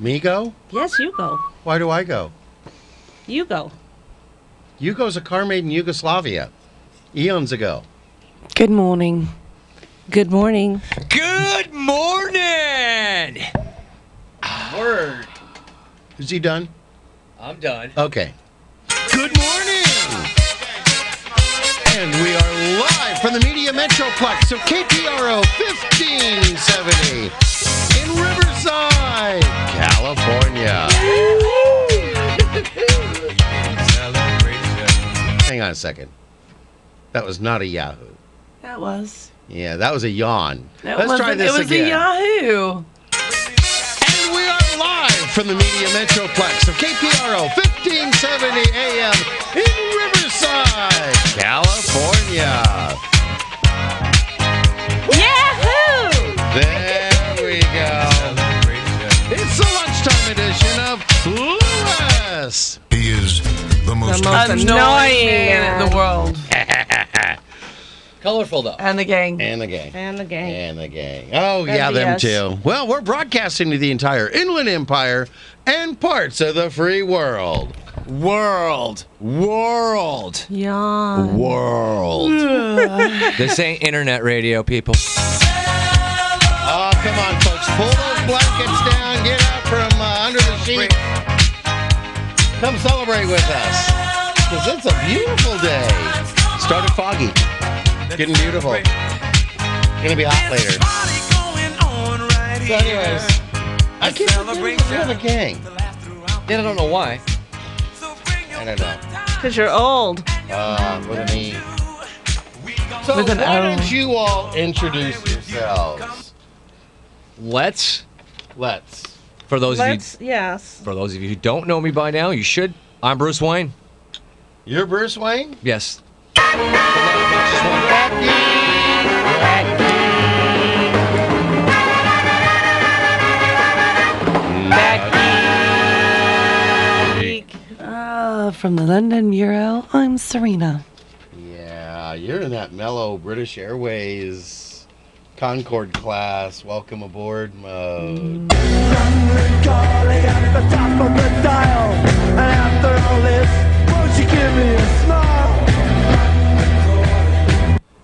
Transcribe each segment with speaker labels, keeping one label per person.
Speaker 1: Me go?
Speaker 2: Yes, you go.
Speaker 1: Why do I go?
Speaker 2: You go.
Speaker 1: Yugo's a car made in Yugoslavia, eons ago.
Speaker 3: Good morning.
Speaker 2: Good morning.
Speaker 4: Good morning. Word.
Speaker 1: Is he done?
Speaker 4: I'm done.
Speaker 1: Okay.
Speaker 4: Good morning.
Speaker 1: And we are live from the Media Metroplex of KPRO 1570 in Riverside, California. Hang on a second. That was not a Yahoo.
Speaker 3: That was.
Speaker 1: Yeah, that was a yawn.
Speaker 3: That
Speaker 1: Let's try
Speaker 3: wasn't-
Speaker 1: this
Speaker 3: It was
Speaker 1: again.
Speaker 3: a Yahoo.
Speaker 1: And we are live from the Media Metroplex of KPRO 1570 AM in Riverside, California.
Speaker 2: Yahoo!
Speaker 1: There we go. It's the lunchtime edition of Lewis.
Speaker 5: He is the most.
Speaker 3: Most annoying,
Speaker 2: annoying
Speaker 3: man in the world.
Speaker 4: Colorful though.
Speaker 3: And the gang.
Speaker 1: And the gang.
Speaker 2: And the game.
Speaker 1: And the gang. Oh, yeah, them
Speaker 3: MBS.
Speaker 1: too. Well, we're broadcasting to the entire Inland Empire and parts of the free world.
Speaker 4: World. World.
Speaker 3: Yawn.
Speaker 4: World. this ain't internet radio, people.
Speaker 1: Oh, come on, folks. Pull those blankets down. Get out from uh, under the sheet. Come celebrate with us. Because it's a beautiful day. Started foggy. Getting beautiful. Gonna be hot later. So, anyways, I keep celebrating the gang.
Speaker 4: Then I don't know why.
Speaker 1: I don't know.
Speaker 2: Because you're old.
Speaker 1: Uh, with an E. So,
Speaker 3: With an
Speaker 1: why
Speaker 3: O.
Speaker 1: don't you all introduce yourselves?
Speaker 4: Let's.
Speaker 1: Let's.
Speaker 4: For those
Speaker 2: Let's,
Speaker 4: of
Speaker 2: yes.
Speaker 4: you, for those of you who don't know me by now, you should. I'm Bruce Wayne.
Speaker 1: You're Bruce Wayne?
Speaker 4: Yes.
Speaker 3: Uh, from the London Bureau, I'm Serena.
Speaker 1: Yeah, you're in that mellow British Airways Concorde class. Welcome aboard mode.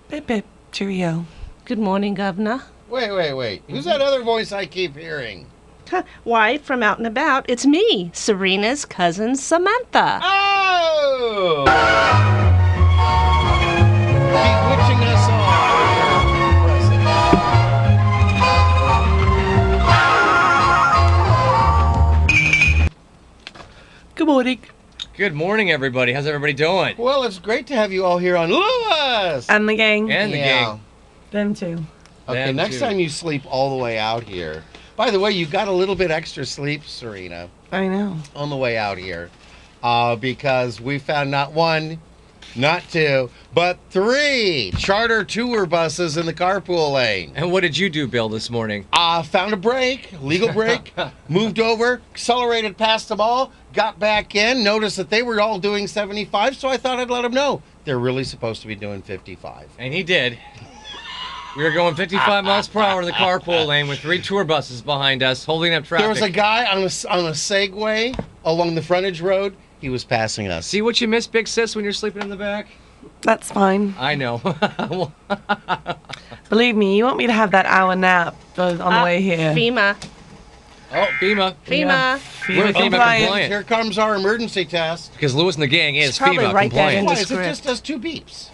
Speaker 3: Bip bip. Cheerio.
Speaker 2: Good morning, Governor.
Speaker 1: Wait, wait, wait. Who's that other voice I keep hearing?
Speaker 2: Huh, Why, from out and about, it's me, Serena's cousin Samantha.
Speaker 1: Oh! Bewitching us all.
Speaker 3: Good morning.
Speaker 4: Good morning, everybody. How's everybody doing?
Speaker 1: Well, it's great to have you all here on Lewis.
Speaker 3: And the gang.
Speaker 4: And the
Speaker 1: Yeah.
Speaker 4: gang.
Speaker 3: Them too.
Speaker 1: Okay,
Speaker 4: Them
Speaker 1: next
Speaker 4: too.
Speaker 1: time you sleep all the way out here. By the way, you got a little bit extra sleep, Serena.
Speaker 3: I know.
Speaker 1: on the way out here uh, because we found not one, not two, but three charter tour buses in the carpool lane.
Speaker 4: And what did you do, Bill, this morning?
Speaker 1: Uh, found a break, legal break, moved over, accelerated past them all, got back in, noticed that they were all doing 75, so I thought I'd let them know they're really supposed to be doing 55.
Speaker 4: And he did. We were going 55 miles per hour in the carpool lane with three tour buses behind us, holding up traffic.
Speaker 1: There was a guy on a, s- on a Segway along the frontage road. He was passing us.
Speaker 4: See what you miss, big sis, when you're sleeping in the back?
Speaker 3: That's fine.
Speaker 4: I know. Oh, Well,
Speaker 3: Believe me, you want me to have that hour nap uh, on the
Speaker 2: Uh,
Speaker 3: way here.
Speaker 2: FEMA.
Speaker 4: oh, FEMA.
Speaker 3: Yeah.
Speaker 2: FEMA.
Speaker 4: We're
Speaker 3: FEMA
Speaker 4: FEMA
Speaker 3: compliant.
Speaker 4: compliant.
Speaker 1: Here comes our emergency test.
Speaker 4: Because Lewis and the gang is
Speaker 2: probably
Speaker 4: FEMA
Speaker 2: right there in
Speaker 4: compliant.
Speaker 2: the
Speaker 1: Why is it
Speaker 2: script.
Speaker 1: just does two beeps,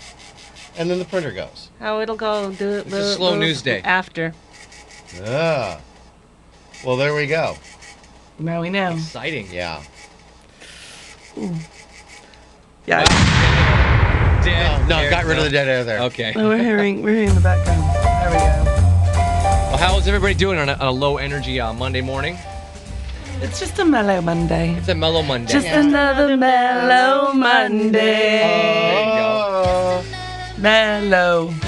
Speaker 1: and then the printer goes.
Speaker 2: Oh, it'll go. Do, it's
Speaker 4: a slow news day.
Speaker 2: After.
Speaker 1: Ah. Well, there we go.
Speaker 3: Now we know.
Speaker 4: Exciting.
Speaker 1: Yeah.
Speaker 3: Yeah.
Speaker 4: Dead
Speaker 1: No,
Speaker 4: air.
Speaker 1: got rid of the dead air there.
Speaker 4: Okay.
Speaker 3: No, Oh, we're hearing. We're hearing the background. There we
Speaker 4: Well, how is everybody doing on a, on a low energy uh, Monday morning?
Speaker 3: go. It's just a mellow Monday.
Speaker 4: It's a mellow Monday.
Speaker 3: Just another mellow Monday.
Speaker 4: there you go.
Speaker 3: Oh,
Speaker 1: Uh,
Speaker 3: Mellow.
Speaker 6: I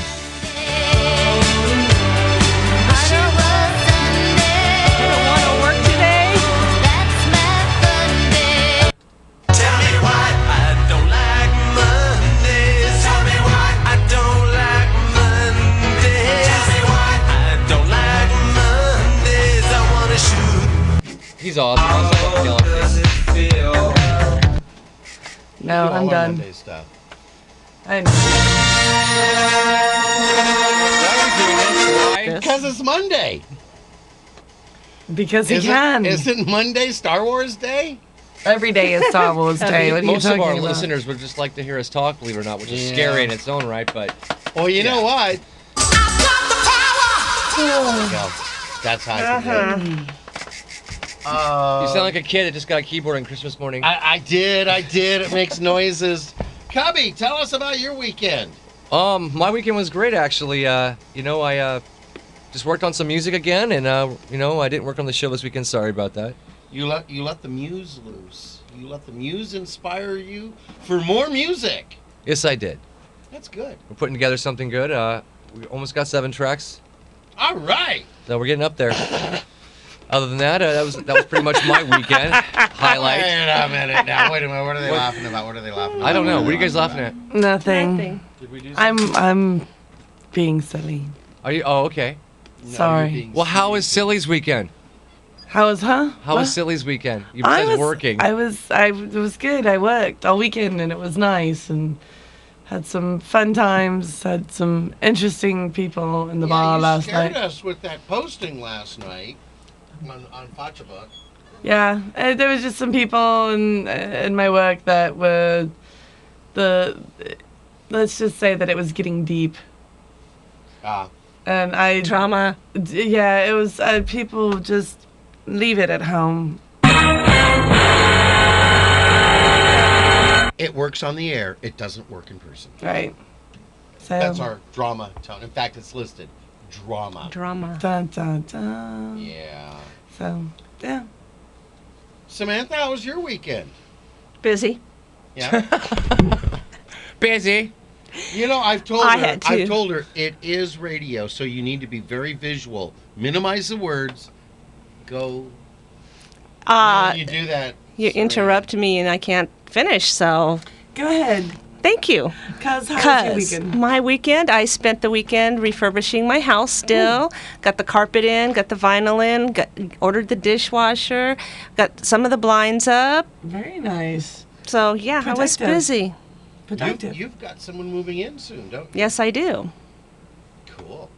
Speaker 4: He's all applause. Unless I can kill it.
Speaker 3: No, I'm
Speaker 1: All our
Speaker 3: done.
Speaker 1: Monday stuff.
Speaker 3: I'm
Speaker 4: Why are we doing this?
Speaker 1: Because it's Monday.
Speaker 3: because he
Speaker 1: Isn't-
Speaker 3: can.
Speaker 1: Isn't Monday Star Wars Day?
Speaker 3: Every day is Star Wars Day.
Speaker 4: Why?
Speaker 3: What are you
Speaker 4: Most of
Speaker 3: talking
Speaker 4: our
Speaker 3: about?
Speaker 4: listeners would just like to hear us talk, believe it or not, which is
Speaker 1: Yeah.
Speaker 4: scary in its own right, but
Speaker 1: Well, you know what? There you go. That's how I
Speaker 3: Uh-huh.
Speaker 1: feel.
Speaker 2: Uh-huh.
Speaker 4: you sound like a kid that just got a keyboard on Christmas morning.
Speaker 1: I, I did, I did. It makes noises. Cubby, tell us about your weekend.
Speaker 4: Um, my weekend was great actually. Uh, you know, I uh, just worked on some music again, and uh, you know, I didn't work on the show this weekend. Sorry about that.
Speaker 1: You let you let the muse loose. You let the muse inspire you for more music.
Speaker 4: Yes, I did.
Speaker 1: That's good.
Speaker 4: We're putting together something good. Uh, we almost got seven tracks.
Speaker 1: All right.
Speaker 4: So we're getting up there. Other than that, uh, that was that was pretty much my weekend highlight.
Speaker 1: Wait a minute now. Wait a minute. What are they laughing about? What are they laughing about?
Speaker 4: I don't know.
Speaker 1: are
Speaker 4: What are you
Speaker 1: they
Speaker 4: guys laughing at?
Speaker 3: Nothing.
Speaker 2: Nothing.
Speaker 3: I'm I'm being silly.
Speaker 4: Are you? Oh, okay.
Speaker 1: about? No,
Speaker 3: Sorry.
Speaker 1: you're being
Speaker 4: Well, how
Speaker 1: silly.
Speaker 4: was Silly's weekend?
Speaker 3: How was huh?
Speaker 4: How
Speaker 3: What?
Speaker 4: was Silly's weekend? You
Speaker 3: I
Speaker 4: besides
Speaker 3: was
Speaker 4: working.
Speaker 3: I was I w- it was good. I worked all weekend and it was nice and had some fun times. Had some interesting people in the
Speaker 1: Yeah,
Speaker 3: bar
Speaker 1: you
Speaker 3: last
Speaker 1: scared
Speaker 3: night.
Speaker 1: us with that posting last night on on Facebook.
Speaker 3: Yeah, uh, there was just some people in in my work that were the. Let's just say that it was getting deep,
Speaker 1: Ah,
Speaker 3: and Um, I
Speaker 2: Drama.
Speaker 3: d- yeah, it was uh, people just leave it at home.
Speaker 1: it works on the air. It doesn't work in person.
Speaker 3: Right. So
Speaker 1: That's our drama tone. In fact, it's listed drama.
Speaker 2: Drama.
Speaker 3: dun dun dun.
Speaker 1: Yeah.
Speaker 3: So yeah.
Speaker 1: Samantha, how was your weekend?
Speaker 2: Busy.
Speaker 1: Yeah.
Speaker 4: Busy.
Speaker 1: you know, I've told
Speaker 2: I
Speaker 1: her.
Speaker 2: had to.
Speaker 1: I've told her it is radio, so you need to be very visual. Minimize the words. Go.
Speaker 2: Uh,
Speaker 1: you do that.
Speaker 2: you
Speaker 1: Serena.
Speaker 2: interrupt me and I can't finish, so
Speaker 3: Go ahead.
Speaker 2: thank you.
Speaker 3: Cause how was
Speaker 2: Cause
Speaker 3: your weekend?
Speaker 2: my weekend, I spent the weekend refurbishing my house. Still, got the carpet in, got the vinyl in, got, ordered the dishwasher, got some of the blinds up.
Speaker 3: Very nice.
Speaker 2: So yeah, I was
Speaker 3: Productive.
Speaker 2: busy.
Speaker 1: You,
Speaker 3: Productive.
Speaker 1: you've got someone moving in soon, don't you?
Speaker 2: Yes, I do.
Speaker 1: Cool.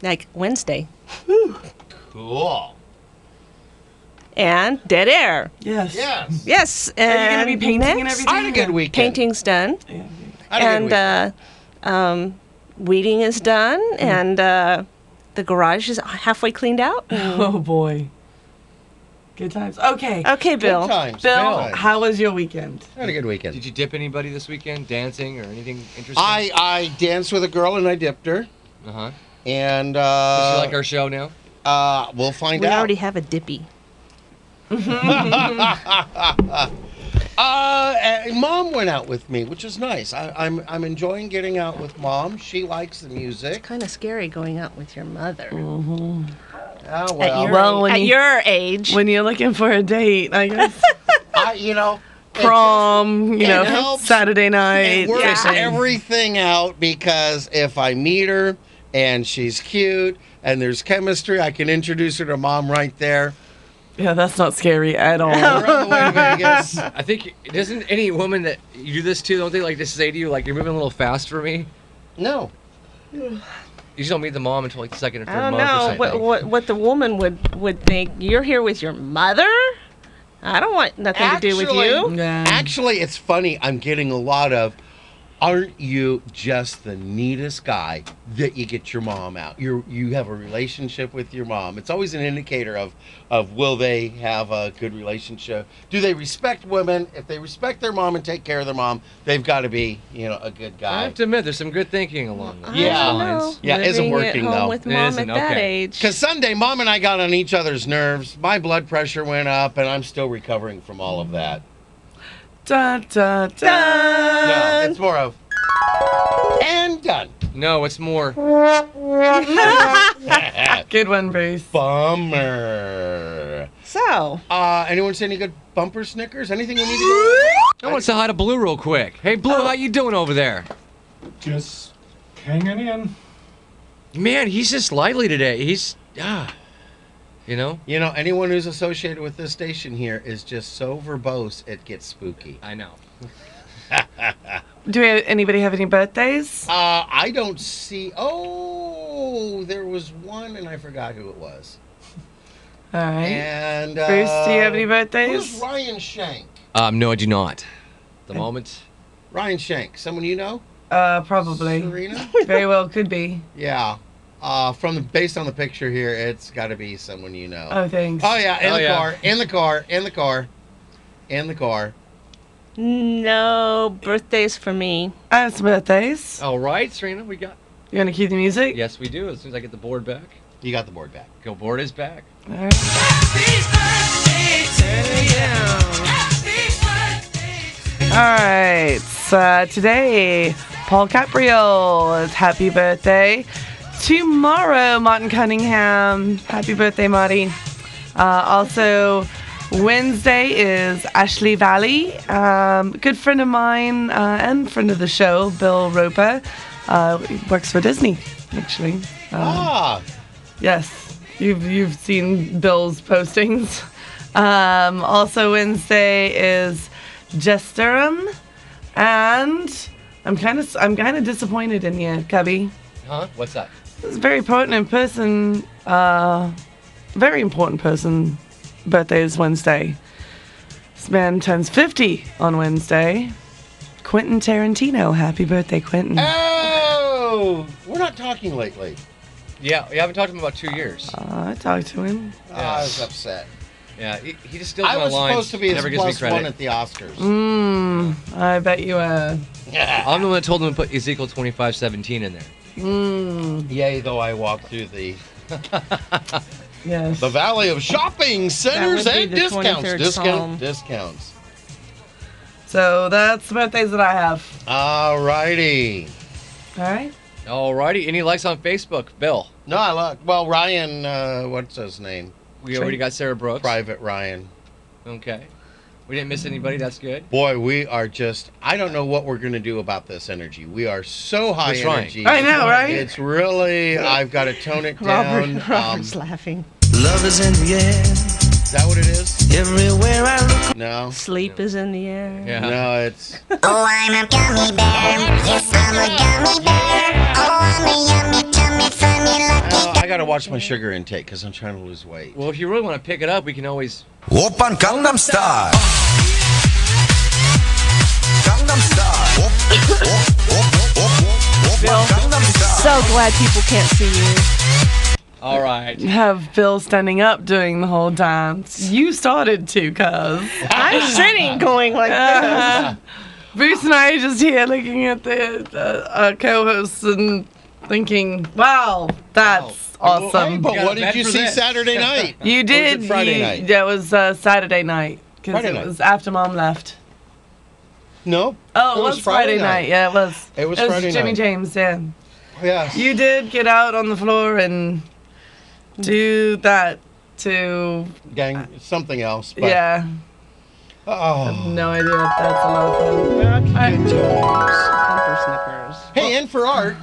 Speaker 2: Like Wednesday
Speaker 1: Cool.
Speaker 2: and dead air.
Speaker 3: yes.
Speaker 1: Yes.
Speaker 2: Yes,
Speaker 3: Are
Speaker 2: and
Speaker 3: you gonna be painting and
Speaker 2: next-
Speaker 3: everything?
Speaker 1: I had a good weekend.
Speaker 2: Painting's done,
Speaker 3: Yeah.
Speaker 1: I had a good
Speaker 2: and
Speaker 1: weekend.
Speaker 2: uh, um, weeding is done,
Speaker 1: Mm-hmm.
Speaker 2: and uh, the garage is halfway cleaned out.
Speaker 3: Oh boy. Good times. Okay.
Speaker 2: Okay, Bill.
Speaker 1: Good times.
Speaker 3: Bill,
Speaker 1: good times.
Speaker 3: how was your weekend?
Speaker 1: I had a good weekend.
Speaker 4: Did you dip anybody this weekend? Dancing or anything interesting?
Speaker 1: I I danced with a girl and I dipped her,
Speaker 4: Uh huh.
Speaker 1: and
Speaker 4: Does
Speaker 1: uh,
Speaker 4: she like our show now?
Speaker 1: uh we'll find
Speaker 2: We
Speaker 1: out.
Speaker 2: already have a dippy.
Speaker 1: Uh, and mom went out with me, which is nice. I, I'm I'm enjoying getting out with mom. She likes the music.
Speaker 2: Kind of scary going out with your mother
Speaker 1: Oh
Speaker 2: at,
Speaker 1: well,
Speaker 2: your,
Speaker 3: Well,
Speaker 2: age-
Speaker 3: when
Speaker 2: at
Speaker 3: you-
Speaker 2: your age.
Speaker 3: When you're looking for a date, I guess
Speaker 1: I you know it
Speaker 3: prom, you
Speaker 1: it
Speaker 3: know,
Speaker 1: helps.
Speaker 3: Saturday
Speaker 1: just-
Speaker 3: night.
Speaker 1: It works
Speaker 2: Yeah.
Speaker 1: everything out because if I meet her and she's cute and there's chemistry, I can introduce her to mom right there.
Speaker 3: Yeah, that's not scary at
Speaker 1: We're
Speaker 3: all.
Speaker 1: on the way to Vegas.
Speaker 4: I think doesn't any woman that you do this to don't they like to say to you like you're moving a little fast for me?
Speaker 1: No,
Speaker 4: You just don't meet the mom until like the second or third
Speaker 2: I don't
Speaker 4: month or
Speaker 2: know what,
Speaker 4: something.
Speaker 2: what what the woman would would think. You're here with your mother. I don't want nothing to do with
Speaker 1: Actually-
Speaker 2: you.
Speaker 3: Yeah.
Speaker 1: Actually, it's funny. I'm getting a lot of, aren't you just the neatest guy that you get your mom out? You you have a relationship with your mom. It's always an indicator of of will they have a good relationship? Do they respect women? If they respect their mom and take care of their mom, they've got to be you know a good
Speaker 4: I
Speaker 1: guy.
Speaker 4: have to admit, there's some good thinking along those
Speaker 1: Yeah.
Speaker 2: I don't
Speaker 4: lines.
Speaker 2: know.
Speaker 1: Yeah, it isn't
Speaker 2: Living
Speaker 1: working,
Speaker 2: at home
Speaker 1: though.
Speaker 2: With
Speaker 4: It
Speaker 2: mom
Speaker 4: isn't,
Speaker 2: at that
Speaker 4: okay.
Speaker 2: age.
Speaker 1: Because Sunday, mom and I got on each other's nerves. My blood pressure went up, and I'm still recovering from all of that.
Speaker 3: Da, da, da.
Speaker 1: No, it's more of and done.
Speaker 4: No, it's more.
Speaker 3: Good one, Bruce.
Speaker 1: Bummer.
Speaker 2: so
Speaker 1: Uh, anyone see any good bumper Snickers? Anything we need to
Speaker 4: I want to say hi to Blue real quick. Hey, Blue, how you doing over there?
Speaker 5: Just hanging in.
Speaker 4: Man, he's just lively today. He's ah, You know?
Speaker 1: You know, anyone who's associated with this station here is just so verbose, it gets spooky.
Speaker 4: I know.
Speaker 3: Do we, anybody have any birthdays?
Speaker 1: Uh, I don't see. Oh, there was one, and I forgot who it was.
Speaker 3: All right.
Speaker 1: And uh,
Speaker 3: Bruce, do you have any
Speaker 1: Who's
Speaker 3: birthdays?
Speaker 1: Ryan Shank?
Speaker 4: Um, no, I do not. The moment.
Speaker 1: Ryan Shank, someone you know?
Speaker 3: Uh, probably.
Speaker 1: Serena.
Speaker 3: Very well, could be.
Speaker 1: Yeah. Uh, from the based on the picture here, it's got to be someone you know.
Speaker 3: Oh, thanks.
Speaker 1: oh yeah, in
Speaker 4: Oh,
Speaker 1: the
Speaker 4: yeah.
Speaker 1: car, in the car, in the car, in the car.
Speaker 2: No birthdays for me.
Speaker 3: I have some birthdays.
Speaker 4: All right, Serena, we got.
Speaker 3: You want to cue the music?
Speaker 4: Yes, we do. As soon as I get the board back,
Speaker 1: You got the board back.
Speaker 4: go board is back.
Speaker 3: All right. All right. So uh, today, Paul Caprio is happy birthday. Tomorrow, Martin Cunningham. Happy birthday, Marty. Uh, also, Wednesday is Ashley Valley, um, good friend of mine uh, and friend of the show, Bill Roper. Uh, he works for Disney, actually. Uh,
Speaker 1: Ah,
Speaker 3: Yes, you've you've seen Bill's postings. Um, also Wednesday is Jess Durham, and I'm kind of I'm kind of disappointed in you, Cubby.
Speaker 4: Huh? What's that?
Speaker 3: It's a very important person, uh, very important person. Birthday is Wednesday. This man turns 50 on Wednesday. Quentin Tarantino, happy birthday, Quentin.
Speaker 1: Eh. oh, we're not talking lately.
Speaker 4: Yeah, we haven't talked to him in about two years.
Speaker 3: Aw, I talked to him.
Speaker 1: Ah, I was upset.
Speaker 4: Yeah, he, he just steals
Speaker 1: I
Speaker 4: my
Speaker 1: was
Speaker 4: lines.
Speaker 1: supposed to be
Speaker 4: never
Speaker 1: his
Speaker 4: gives
Speaker 1: plus
Speaker 4: me
Speaker 1: one
Speaker 4: credit.
Speaker 1: at the Oscars.
Speaker 3: Mmm, I bet you are.
Speaker 1: Yeah.
Speaker 4: I'm the one that told him to put Ezekiel 25:17 in there.
Speaker 3: Mmm,
Speaker 1: Yay, though I walk through the
Speaker 3: yes.
Speaker 1: the valley of shopping centers
Speaker 2: would be
Speaker 1: and
Speaker 2: the
Speaker 1: discounts,
Speaker 2: 23rd Psalm.
Speaker 1: discount, discounts.
Speaker 3: So that's the birthdays that I have.
Speaker 1: All righty.
Speaker 3: All right.
Speaker 4: Alrighty, any likes on Facebook, Bill?
Speaker 1: No, I look. Well, Ryan, uh, what's his name?
Speaker 4: We already got Sarah Brooks.
Speaker 1: Private Ryan.
Speaker 4: Okay. We didn't miss anybody. That's good.
Speaker 1: Boy, we are just, I don't know what we're going to do about this energy. We are so high
Speaker 4: We're trying.
Speaker 1: energy.
Speaker 3: I know, right?
Speaker 1: It's really, I've got to tone it down.
Speaker 2: Robert,
Speaker 1: Um,
Speaker 2: Robert's
Speaker 1: is
Speaker 2: laughing.
Speaker 5: Love is in the air.
Speaker 1: that what it is?
Speaker 5: Everywhere I look.
Speaker 1: No.
Speaker 2: Sleep is in the air.
Speaker 4: Yeah.
Speaker 1: No, it's.
Speaker 6: Oh, I'm a gummy bear. Yes, I'm a gummy bear. Oh, I'm a yummy, tummy, funny, lucky.
Speaker 1: Oh, I got to watch my sugar intake because I'm trying to lose weight.
Speaker 4: Well, if you really want to pick it up, we can always.
Speaker 5: 오빤 강남 스타일. 강남 스타일. 오, 오, 오, 오, 오, 오빤 강남 스타일.
Speaker 2: So glad people can't see you.
Speaker 4: All right.
Speaker 3: Have Bill standing up doing the whole dance. You started to, cuz.
Speaker 2: I'm sitting going like
Speaker 3: Uh,
Speaker 2: this.
Speaker 3: Bruce and I are just here looking at the uh, our co-hosts and thinking, "Wow, that's
Speaker 4: Wow.
Speaker 1: Hey,
Speaker 3: awesome."
Speaker 1: but
Speaker 4: Got
Speaker 1: what did
Speaker 4: a bet
Speaker 1: you
Speaker 4: for
Speaker 1: see
Speaker 4: this.
Speaker 1: Saturday night?
Speaker 3: you did.
Speaker 1: Friday
Speaker 3: you-
Speaker 1: night?
Speaker 3: That was uh, Saturday night. Because
Speaker 1: Friday
Speaker 3: it
Speaker 1: night.
Speaker 3: was after mom left.
Speaker 1: No.
Speaker 3: Oh, it, was, Friday, night. Yeah, it was.
Speaker 1: It was Friday
Speaker 3: Jimmy
Speaker 1: night.
Speaker 3: James. Yeah.
Speaker 1: Yes.
Speaker 3: You did get out on the floor and do that to
Speaker 1: Gang, something else. But,
Speaker 3: yeah.
Speaker 1: Oh.
Speaker 3: No idea if that's a lot of fun.
Speaker 1: Good times. Hey, and for art.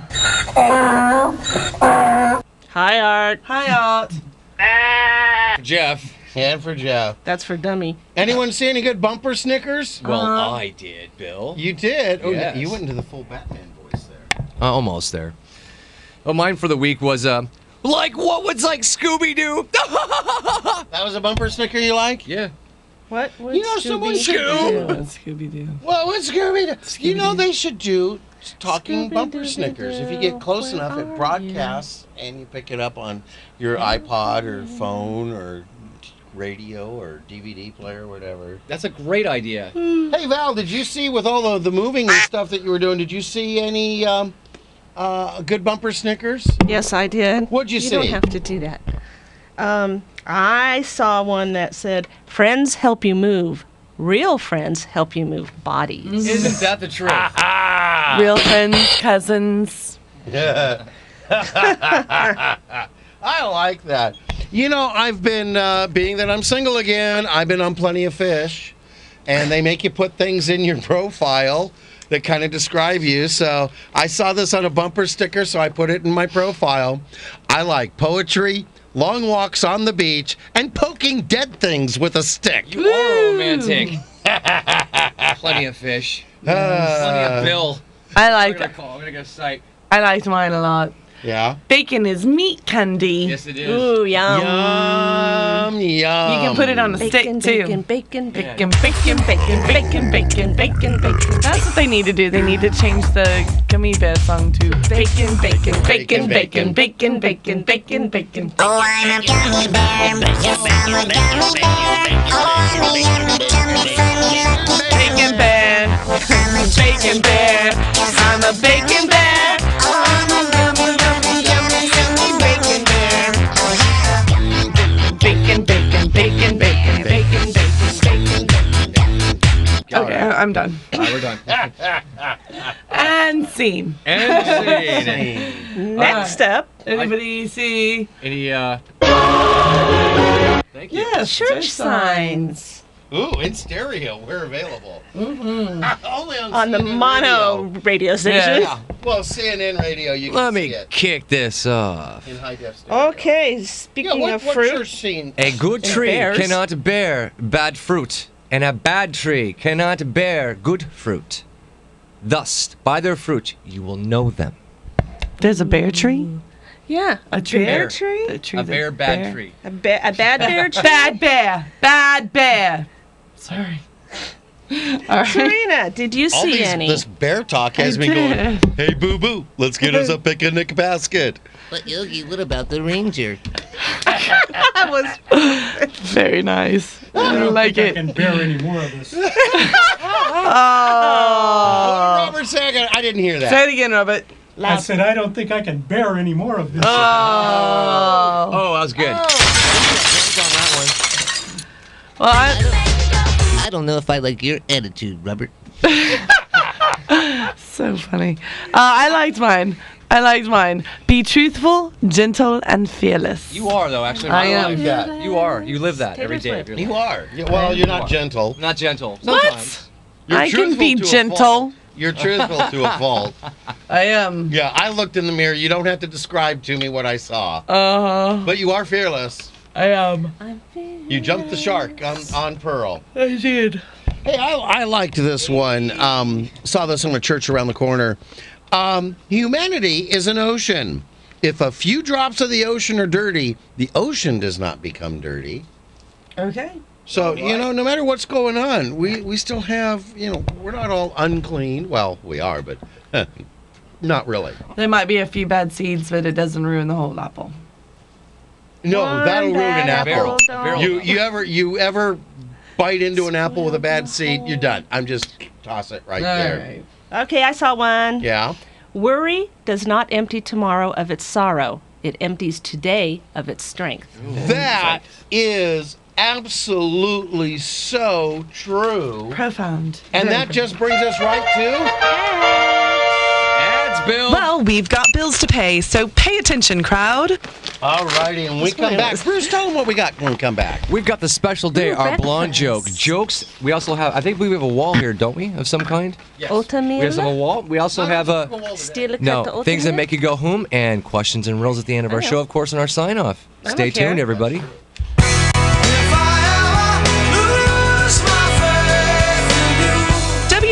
Speaker 2: Hi, Art.
Speaker 3: Hi, Art.
Speaker 4: Jeff.
Speaker 1: And for Jeff.
Speaker 2: That's for dummy.
Speaker 1: Anyone see any good bumper Snickers?
Speaker 4: Well,
Speaker 3: Uh,
Speaker 4: I did, Bill.
Speaker 1: You did. Oh,
Speaker 4: Yes.
Speaker 1: you went into the full Batman voice there.
Speaker 4: Uh, almost there. Well, mine for the week was uh, like what was like Scooby Doo?
Speaker 1: That was a bumper Snicker you like?
Speaker 4: yeah.
Speaker 2: What?
Speaker 1: You know, someone should do.
Speaker 3: Scooby Doo.
Speaker 1: Well, it's Scooby Doo. You know, they should do talking bumper Snickers. If you get close enough, it broadcasts and you pick it up on your iPod or phone or radio or DVD player, whatever.
Speaker 4: That's a great idea.
Speaker 1: Hey, Val, did you see with all of the moving and stuff that you were doing, did you see any um, uh, good bumper Snickers?
Speaker 2: Yes, I did.
Speaker 1: What'd you
Speaker 2: You don't
Speaker 1: see?
Speaker 2: have to do that. Um, I saw one that said, "Friends help you move. Real friends help you move bodies."
Speaker 4: Isn't that the truth? Ah.
Speaker 3: Real friends, cousins.
Speaker 1: Yeah. I like that. You know, I've been, uh, being that I'm single again, I've been on Plenty of Fish, and they make you put things in your profile that kind of describe you. So I saw this on a bumper sticker, so I put it in my profile. I like poetry, long walks on the beach, and poking dead things with a stick.
Speaker 4: You are romantic. Plenty of fish. Plenty of
Speaker 1: Uh,
Speaker 4: bill.
Speaker 3: I
Speaker 4: I'm
Speaker 3: like
Speaker 4: gonna call. I'm gonna go sight.
Speaker 3: I liked mine a lot.
Speaker 1: yeah.
Speaker 3: Bacon is meat candy.
Speaker 4: Yes, it is.
Speaker 2: Ooh, yum.
Speaker 1: Yum, yum. You
Speaker 3: you can put it
Speaker 4: Um,
Speaker 3: on a
Speaker 2: Bacon,
Speaker 3: stick too.
Speaker 2: bacon, bacon, bacon.
Speaker 3: Bacon, bacon, bacon, bacon, bacon, bacon, bacon. That's what they need to do. They need to change the gummy bear song to bacon, bacon, bacon, bacon, bacon, bacon, bacon, bacon.
Speaker 6: Oh, I'm a gummy bear. Yes, I'm a gummy bear. Oh, I'm a yummy, tummy, funny, lucky I'm a
Speaker 3: Bacon bear, bacon bear. I'm a bacon bear.
Speaker 6: Oh, I'm a yummy, yummy, yummy, yummy bacon bear. Oh, yeah, gummy, gummy,
Speaker 3: Bacon, bacon, bacon, bacon, bacon, bacon, bacon. Okay, I'm done.
Speaker 4: All right, we're done.
Speaker 3: And scene.
Speaker 4: and scene.
Speaker 2: Next up.
Speaker 3: Anybody see
Speaker 4: Any uh. Thank you.
Speaker 2: Church signs
Speaker 1: Ooh, in stereo. We're available. Only on,
Speaker 2: on the
Speaker 1: CNN
Speaker 2: mono
Speaker 1: Radio.
Speaker 2: radio station.
Speaker 4: Yeah.
Speaker 1: Well, CNN radio, you can
Speaker 4: Let
Speaker 1: see
Speaker 4: me
Speaker 1: it
Speaker 4: kick this off.
Speaker 1: in high def stereo.
Speaker 2: Okay,
Speaker 1: Yeah,
Speaker 2: speaking
Speaker 1: what,
Speaker 2: of
Speaker 1: what
Speaker 2: fruit.
Speaker 1: church scene?
Speaker 4: A good tree
Speaker 2: bears.
Speaker 4: cannot bear bad fruit, and a bad tree cannot bear good fruit. Thus, by their fruit, you will know them.
Speaker 3: There's a bear tree?
Speaker 2: Yeah,
Speaker 3: A tree?
Speaker 2: bear
Speaker 4: Bear.
Speaker 2: tree.
Speaker 3: A tree
Speaker 4: a
Speaker 3: that-
Speaker 4: bear, bad tree.
Speaker 2: A, ba- a bad bear tree.
Speaker 3: Bad bear. Bad bear. Sorry. All right.
Speaker 2: Serena, did you
Speaker 1: All
Speaker 2: see
Speaker 1: these,
Speaker 2: any?
Speaker 1: this bear talk has me going, hey, boo boo, let's get us a picnic basket.
Speaker 7: But Yogi, what about the ranger?
Speaker 2: I was
Speaker 3: Very nice. I don't like it.
Speaker 8: can bear any more of this.
Speaker 3: Oh.
Speaker 1: Uh, Robert Sagan, I didn't hear that.
Speaker 3: Say it again, Robert.
Speaker 8: I said, I don't think I can bear any more of this.
Speaker 3: Oh.
Speaker 4: Oh, that was good.
Speaker 3: Well, I,
Speaker 7: I don't know if I like your attitude, Robert.
Speaker 3: so funny. Uh, I liked mine. I liked mine. Be truthful, gentle, and fearless.
Speaker 4: You are though, actually.
Speaker 3: I
Speaker 4: I
Speaker 3: am.
Speaker 4: am.
Speaker 1: Yeah.
Speaker 4: You are. You live that every day. of your
Speaker 1: You
Speaker 4: life.
Speaker 1: are. Yeah, well, you're not gentle.
Speaker 4: Not gentle.
Speaker 3: What?
Speaker 1: You're
Speaker 3: I can
Speaker 1: truthful
Speaker 3: be
Speaker 1: to a
Speaker 3: gentle.
Speaker 1: fault. You're truthful to a fault.
Speaker 3: I am.
Speaker 1: Yeah, I looked in the mirror. You don't have to describe to me what I saw,
Speaker 3: Uh,
Speaker 1: but you are fearless.
Speaker 3: I am.
Speaker 1: You jumped the shark on, on Pearl.
Speaker 3: I did.
Speaker 1: Hey, I, I liked this one. Um, saw this in a church around the corner. Um, humanity is an ocean. If a few drops of the ocean are dirty, the ocean does not become dirty.
Speaker 3: Okay.
Speaker 1: So you know, no matter what's going on, we we still have you know we're not all unclean. Well, we are, but eh, not really.
Speaker 3: There might be a few bad seeds, but it doesn't ruin the whole apple.
Speaker 1: No, that'll ruin an apple.
Speaker 4: apple
Speaker 1: You you ever you ever bite into an apple with a bad seed, you're done. I'm just toss it right there.
Speaker 2: okay. I saw one.
Speaker 1: Yeah.
Speaker 2: Worry does not empty tomorrow of its sorrow; it empties today of its strength.
Speaker 1: That is absolutely so true.
Speaker 3: Profound.
Speaker 1: And that just brings us right to
Speaker 4: Ads, Bill.
Speaker 9: Well, we've got bills to pay, so pay attention, crowd.
Speaker 1: All righty, and we come back. Bruce, tell them what we got when we come back.
Speaker 4: We've got the special day, our blonde
Speaker 2: breakfast.
Speaker 4: joke. Jokes. We also have, I think we have a wall here, don't we? Of some kind?
Speaker 2: Oh,
Speaker 4: We have some- a
Speaker 2: Oatmeal.
Speaker 4: wall. We also have a,
Speaker 2: Still
Speaker 4: no, things that make you go home and questions and rules at the end of our
Speaker 2: know.
Speaker 4: show, of course, and our sign off.
Speaker 2: don't
Speaker 4: Stay
Speaker 2: care.
Speaker 4: tuned, everybody.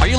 Speaker 10: Are you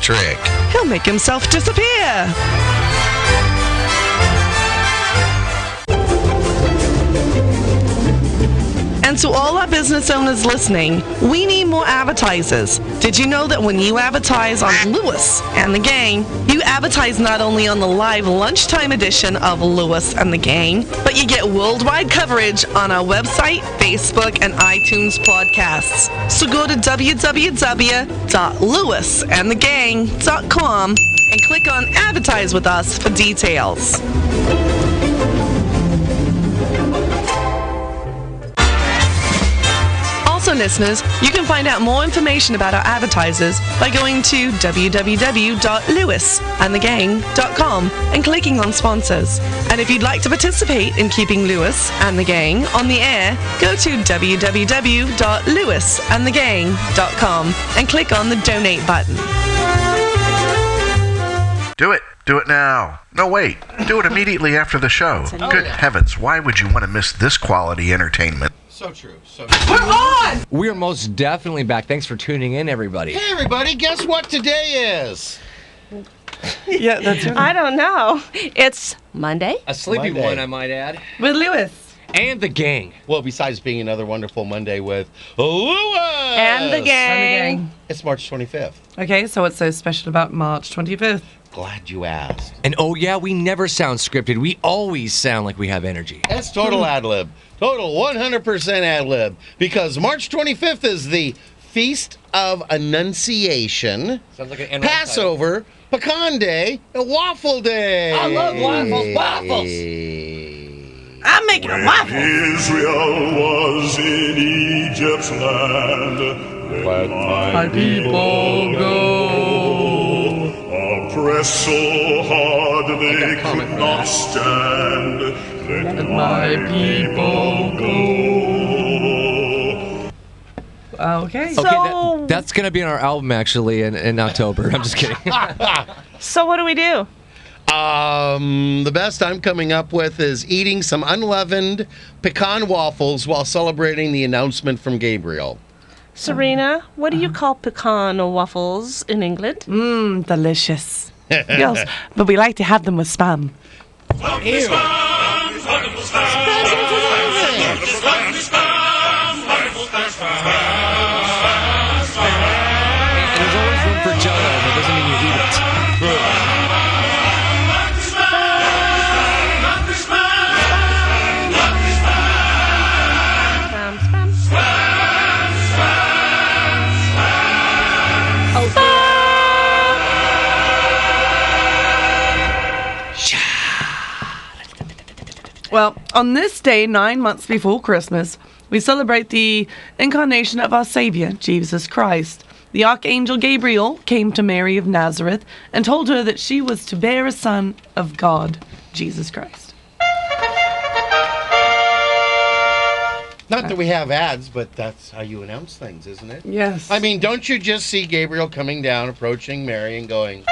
Speaker 11: trick.
Speaker 3: He'll make himself disappear. And to all our business owners listening, we need more advertisers. Did you know that when you advertise on Lewis and the Gang, you advertise not only on the live lunchtime edition of Lewis and the Gang, but you get worldwide coverage on our website, Facebook, and iTunes podcasts. So go to www.lewisandthegang.com and click on Advertise with Us for details. Also, listeners, you can find out more information about our advertisers by going to www.lewisandthegang.com and clicking on sponsors. And if you'd like to participate in keeping Lewis and the Gang on the air, go to www.lewisandthegang.com and click on the donate button.
Speaker 12: Do it. Do it now. No, wait. Do it immediately after the show.
Speaker 1: That's enough.
Speaker 12: Good
Speaker 1: Oh, yeah.
Speaker 12: heavens, why would you want to miss this quality entertainment?
Speaker 1: So true. So true. We're on!
Speaker 4: We are most definitely back. Thanks for tuning in, everybody.
Speaker 1: Hey, everybody, guess what today is?
Speaker 8: yeah, that's
Speaker 4: right.
Speaker 2: I don't know. It's Monday.
Speaker 4: A sleepy
Speaker 1: Monday.
Speaker 4: one, I might add.
Speaker 8: With Lewis.
Speaker 4: And the gang.
Speaker 1: Well, besides being another wonderful Monday with Lewis
Speaker 2: And the gang.
Speaker 1: It's March 25th.
Speaker 8: Okay, so what's so special about March 25th?
Speaker 1: Glad you asked.
Speaker 4: And oh yeah, we never sound scripted. We always sound like we have energy.
Speaker 1: That's total ad lib. Total 100% ad lib. Because March 25th is the Feast of Annunciation,
Speaker 4: Sounds like an NY title.
Speaker 1: Passover, Pecan Day, and Waffle Day.
Speaker 4: I love waffles,
Speaker 1: Waffles.
Speaker 8: I'm making
Speaker 5: When Israel was in Egypt's land, let my, people go. Oppressed so hard they could not stand. Let, my people go.
Speaker 8: Okay.
Speaker 4: Okay, that, that's gonna be on our album actually in, in October. I'm just kidding.
Speaker 2: So what do we do?
Speaker 1: Um, the best I'm coming up with is eating some unleavened pecan waffles while celebrating the announcement from Gabriel.
Speaker 2: Serena, what do you call pecan waffles in England?
Speaker 8: Mmm, delicious. Girls, but we like to have them with spam.
Speaker 4: There's always room for jello, but it doesn't mean you eat it.
Speaker 8: Well, on this day, nine months before Christmas, we celebrate the incarnation of our Savior, Jesus Christ. The Archangel Gabriel came to Mary of Nazareth and told her that she was to bear a son of God, Jesus Christ.
Speaker 1: Not that we have ads, but that's how you announce things, isn't it?
Speaker 8: Yes.
Speaker 1: I mean, don't you just see Gabriel coming down, approaching Mary, and going,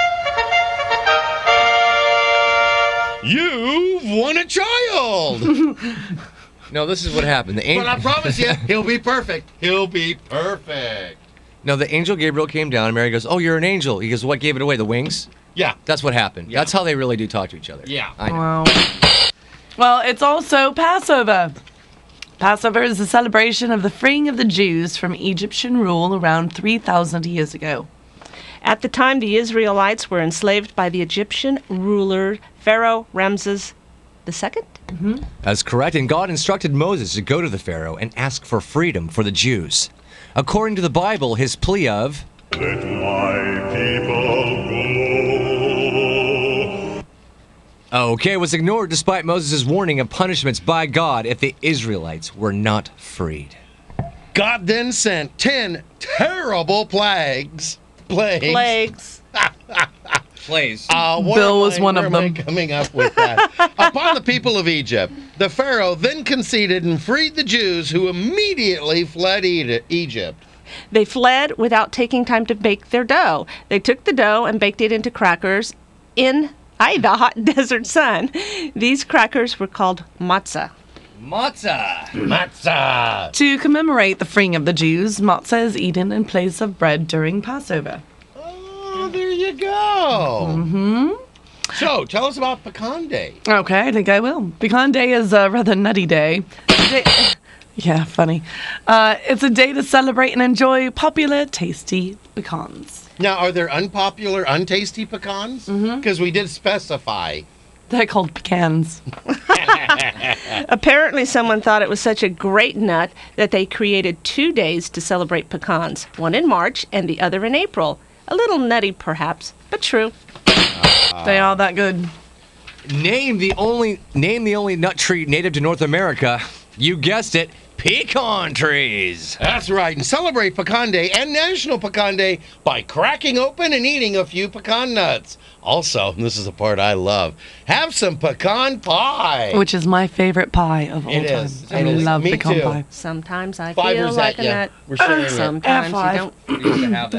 Speaker 1: You've won a child!
Speaker 4: No, this is what happened. The angel,
Speaker 1: but I promise you, he'll be perfect. He'll be perfect.
Speaker 4: no, the angel Gabriel came down. and Mary goes, "Oh, you're an angel." He goes, "What gave it away? The wings?"
Speaker 1: Yeah.
Speaker 4: That's what happened. That's how they really do talk to each other.
Speaker 1: Yeah.
Speaker 4: I know.
Speaker 8: Wow. Well, it's also Passover. Passover is the celebration of the freeing of the Jews from Egyptian rule around 3,000 years ago.
Speaker 2: At the time, the Israelites were enslaved by the Egyptian ruler Pharaoh Ramses II.
Speaker 4: That's correct. And God instructed Moses to go to the Pharaoh and ask for freedom for the Jews. According to the Bible, his plea of
Speaker 5: Let my people go.
Speaker 4: okay was ignored despite Moses' warning of punishments by God if the Israelites were not freed.
Speaker 1: God then sent 10 terrible plagues. Plagues.
Speaker 2: Plagues.
Speaker 4: Please.
Speaker 1: Uh, what
Speaker 3: Bill
Speaker 1: am
Speaker 3: was
Speaker 1: I-
Speaker 3: one
Speaker 1: where
Speaker 3: of
Speaker 1: am I
Speaker 3: them.
Speaker 1: coming up with that. Upon the people of Egypt, the Pharaoh then conceded and freed the Jews, who immediately fled E- Egypt.
Speaker 2: They fled without taking time to bake their dough. They took the dough and baked it into crackers in ay, the hot desert sun. These crackers were called matzah.
Speaker 4: Matzah.
Speaker 1: Matzah.
Speaker 3: To commemorate the freeing of the Jews, matzah is eaten in place of bread during Passover.
Speaker 1: Oh, there you go.
Speaker 3: hmm
Speaker 1: So, tell us about Pecan Day.
Speaker 3: Okay, I think I will. Pecan Day is a rather nutty day. Day- yeah, funny. Uh, it's a day to celebrate and enjoy popular, tasty pecans.
Speaker 1: Now, are there unpopular, untasty pecans? Because we did specify.
Speaker 3: They're called pecans.
Speaker 2: Apparently, someone thought it was such a great nut that they created two days to celebrate pecans, one in March and the other in April. A little nutty, perhaps, but true.
Speaker 1: Ah.
Speaker 3: they are that good.
Speaker 4: Name the only name the only nut tree native to North America. You guessed it, pecan trees.
Speaker 1: That's right, and celebrate Pecan Day and National Pecan Day by cracking open and eating a few pecan nuts. Also, and this is the part I love, have some pecan pie.
Speaker 3: Which is my favorite pie of all
Speaker 1: It
Speaker 3: time.
Speaker 1: is.
Speaker 3: I
Speaker 1: It is.
Speaker 3: love
Speaker 1: Me
Speaker 3: pecan
Speaker 1: too.
Speaker 3: pie.
Speaker 2: Sometimes I feel
Speaker 1: Fibers
Speaker 2: like
Speaker 1: at
Speaker 2: a
Speaker 1: ya.
Speaker 2: nut.
Speaker 1: We're sharing it.
Speaker 2: Sometimes
Speaker 3: F5.
Speaker 2: you don't.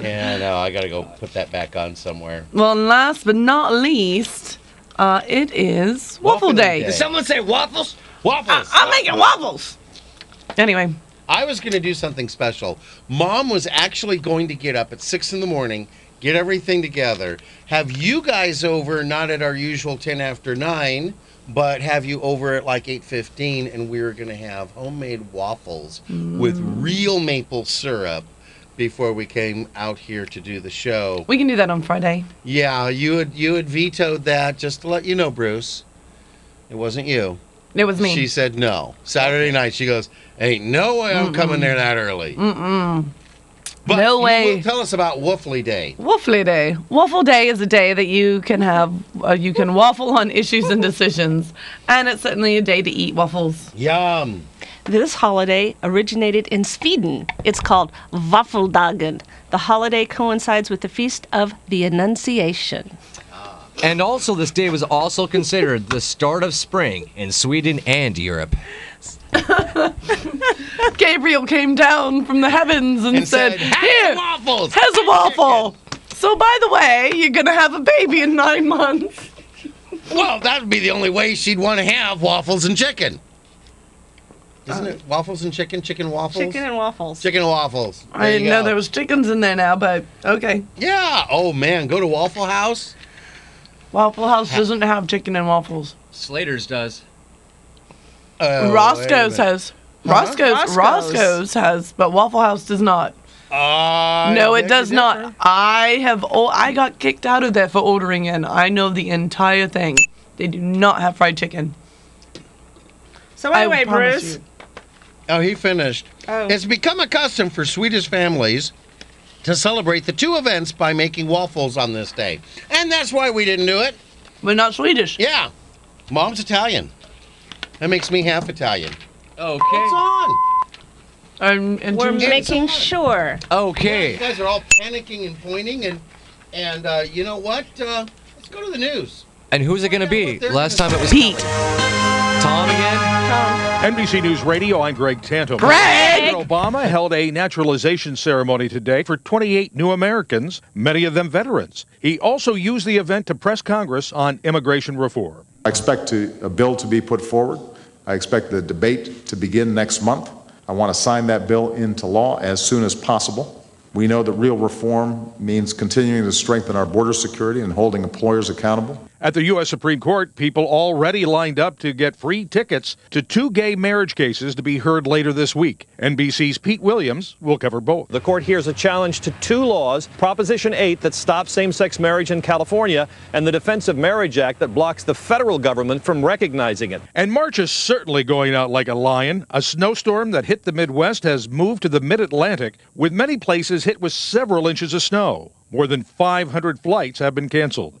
Speaker 1: Yeah, no, uh, I gotta go put that back on somewhere.
Speaker 3: Well, and last but not least, uh, it is Waffle, Day.
Speaker 1: Day.
Speaker 4: Someone say waffles.
Speaker 1: Waffles.
Speaker 3: I'm making waffles. Anyway,
Speaker 1: I was going to do something special. Mom was actually going to get up at six in the morning, get everything together, have you guys over, not at our usual ten after nine, but have you over at like eight fifteen, and we were going to have homemade waffles with real maple syrup before we came out here to do the show.
Speaker 3: we can do that on Friday.
Speaker 1: Yeah, you had you had vetoed that. Just to let you know, Bruce, it wasn't you.
Speaker 3: It was me.
Speaker 1: She said no. Saturday night, she goes, "Ain't no way I'm coming there that early."
Speaker 3: Mm-mm.
Speaker 1: But
Speaker 3: No
Speaker 1: you will
Speaker 3: way.
Speaker 1: tell us about Woofly Day.
Speaker 3: Waffle Day. Waffle Day is a day that you can have, uh, you can waffle on issues and decisions, and it's certainly a day to eat waffles.
Speaker 1: Yum.
Speaker 2: This holiday originated in Sweden. It's called Waffeldagen. The holiday coincides with the feast of the Annunciation.
Speaker 4: And also, this day was also considered the start of spring in Sweden and Europe.
Speaker 3: Gabriel came down from the heavens and,
Speaker 1: And
Speaker 3: said,
Speaker 1: said, "Have
Speaker 3: "Here,
Speaker 1: waffles.
Speaker 3: has a waffle." So by the way, you're gonna have a baby in nine months.
Speaker 1: Well, that would be the only way she'd want to have waffles and chicken. Isn't it waffles and chicken? Chicken waffles.
Speaker 2: Chicken and waffles.
Speaker 1: Chicken and waffles.
Speaker 3: I
Speaker 1: There you
Speaker 3: didn't know
Speaker 1: go.
Speaker 3: there was chickens in there now, but okay.
Speaker 1: Yeah. Oh man, go to Waffle House.
Speaker 3: Waffle House doesn't have chicken and waffles.
Speaker 4: Slater's does.
Speaker 1: Oh, wait a
Speaker 3: Roscoe's
Speaker 1: minute.
Speaker 3: has.
Speaker 1: Huh?
Speaker 3: Roscoe's,
Speaker 2: Roscoe's.
Speaker 3: Roscoe's has, but Waffle House does not.
Speaker 1: Ah,
Speaker 3: no,
Speaker 1: beg
Speaker 3: it
Speaker 1: to
Speaker 3: does
Speaker 1: differ.
Speaker 3: not. I have. Oh, I got kicked out of there for ordering in. I know the entire thing. They do not have fried chicken.
Speaker 2: So
Speaker 3: I
Speaker 2: anyway,
Speaker 3: promise
Speaker 2: Bruce.
Speaker 3: you.
Speaker 1: Oh, he finished.
Speaker 2: Oh.
Speaker 1: It's become a custom for Swedish families to celebrate the two events by making waffles on this day. And that's why we didn't do it.
Speaker 3: We're not Swedish.
Speaker 1: Yeah. Mom's Italian. That makes me half Italian. It's
Speaker 4: Okay.
Speaker 1: on.
Speaker 3: Um, in
Speaker 2: We're
Speaker 3: terms of-
Speaker 2: making sure.
Speaker 1: You
Speaker 4: Okay.
Speaker 1: guys are all panicking and pointing, and and uh, you know what? Uh, let's go to the news.
Speaker 4: And who's it gonna be? Last time it was
Speaker 3: Pete.
Speaker 4: Tom again.
Speaker 13: NBC News Radio, I'm Greg Tantum. Greg! Obama held a naturalization ceremony today for 28 new Americans, many of them veterans. He also used the event to press Congress on immigration reform.
Speaker 14: I expect to, a bill to be put forward. I expect the debate to begin next month. I want to sign that bill into law as soon as possible. We know that real reform means continuing to strengthen our border security and holding employers accountable.
Speaker 13: At the U.S. Supreme Court, people already lined up to get free tickets to two gay marriage cases to be heard later this week. NBC's Pete Williams will cover both.
Speaker 15: The court hears a challenge to two laws Proposition 8 that stops same sex marriage in California, and the Defense of Marriage Act that blocks the federal government from recognizing it.
Speaker 13: And March is certainly going out like a lion. A snowstorm that hit the Midwest has moved to the mid Atlantic, with many places hit with several inches of snow. More than 500 flights have been canceled.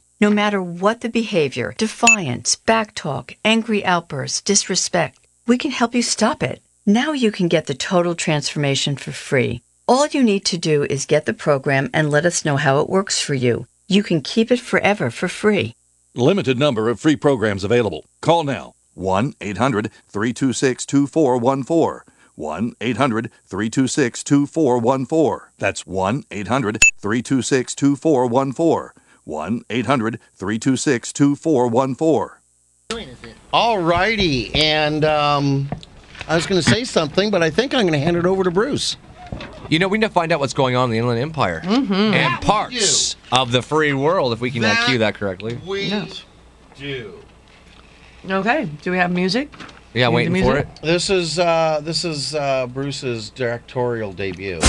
Speaker 16: No matter what the behavior defiance, backtalk, angry outbursts, disrespect we can help you stop it. Now you can get the Total Transformation for free. All you need to do is get the program and let us know how it works for you. You can keep it forever for free.
Speaker 17: Limited number of free programs available. Call now 1 800 326 2414. 1 800 326 2414. That's 1 800 326 2414. 1 800 326 2414.
Speaker 1: All righty, and um, I was going to say something, but I think I'm going to hand it over to Bruce.
Speaker 4: You know, we need to find out what's going on in the Inland Empire
Speaker 7: Mm-hmm.
Speaker 1: Mhm. That
Speaker 4: and
Speaker 1: we
Speaker 4: parts of the free world, if we can
Speaker 3: That
Speaker 4: uh, cue that correctly.
Speaker 1: We
Speaker 3: Okay. Do we have music?
Speaker 4: Yeah,
Speaker 3: Need the
Speaker 4: waiting for
Speaker 3: music?
Speaker 4: it.
Speaker 1: This is uh, this is uh, Bruce's directorial debut.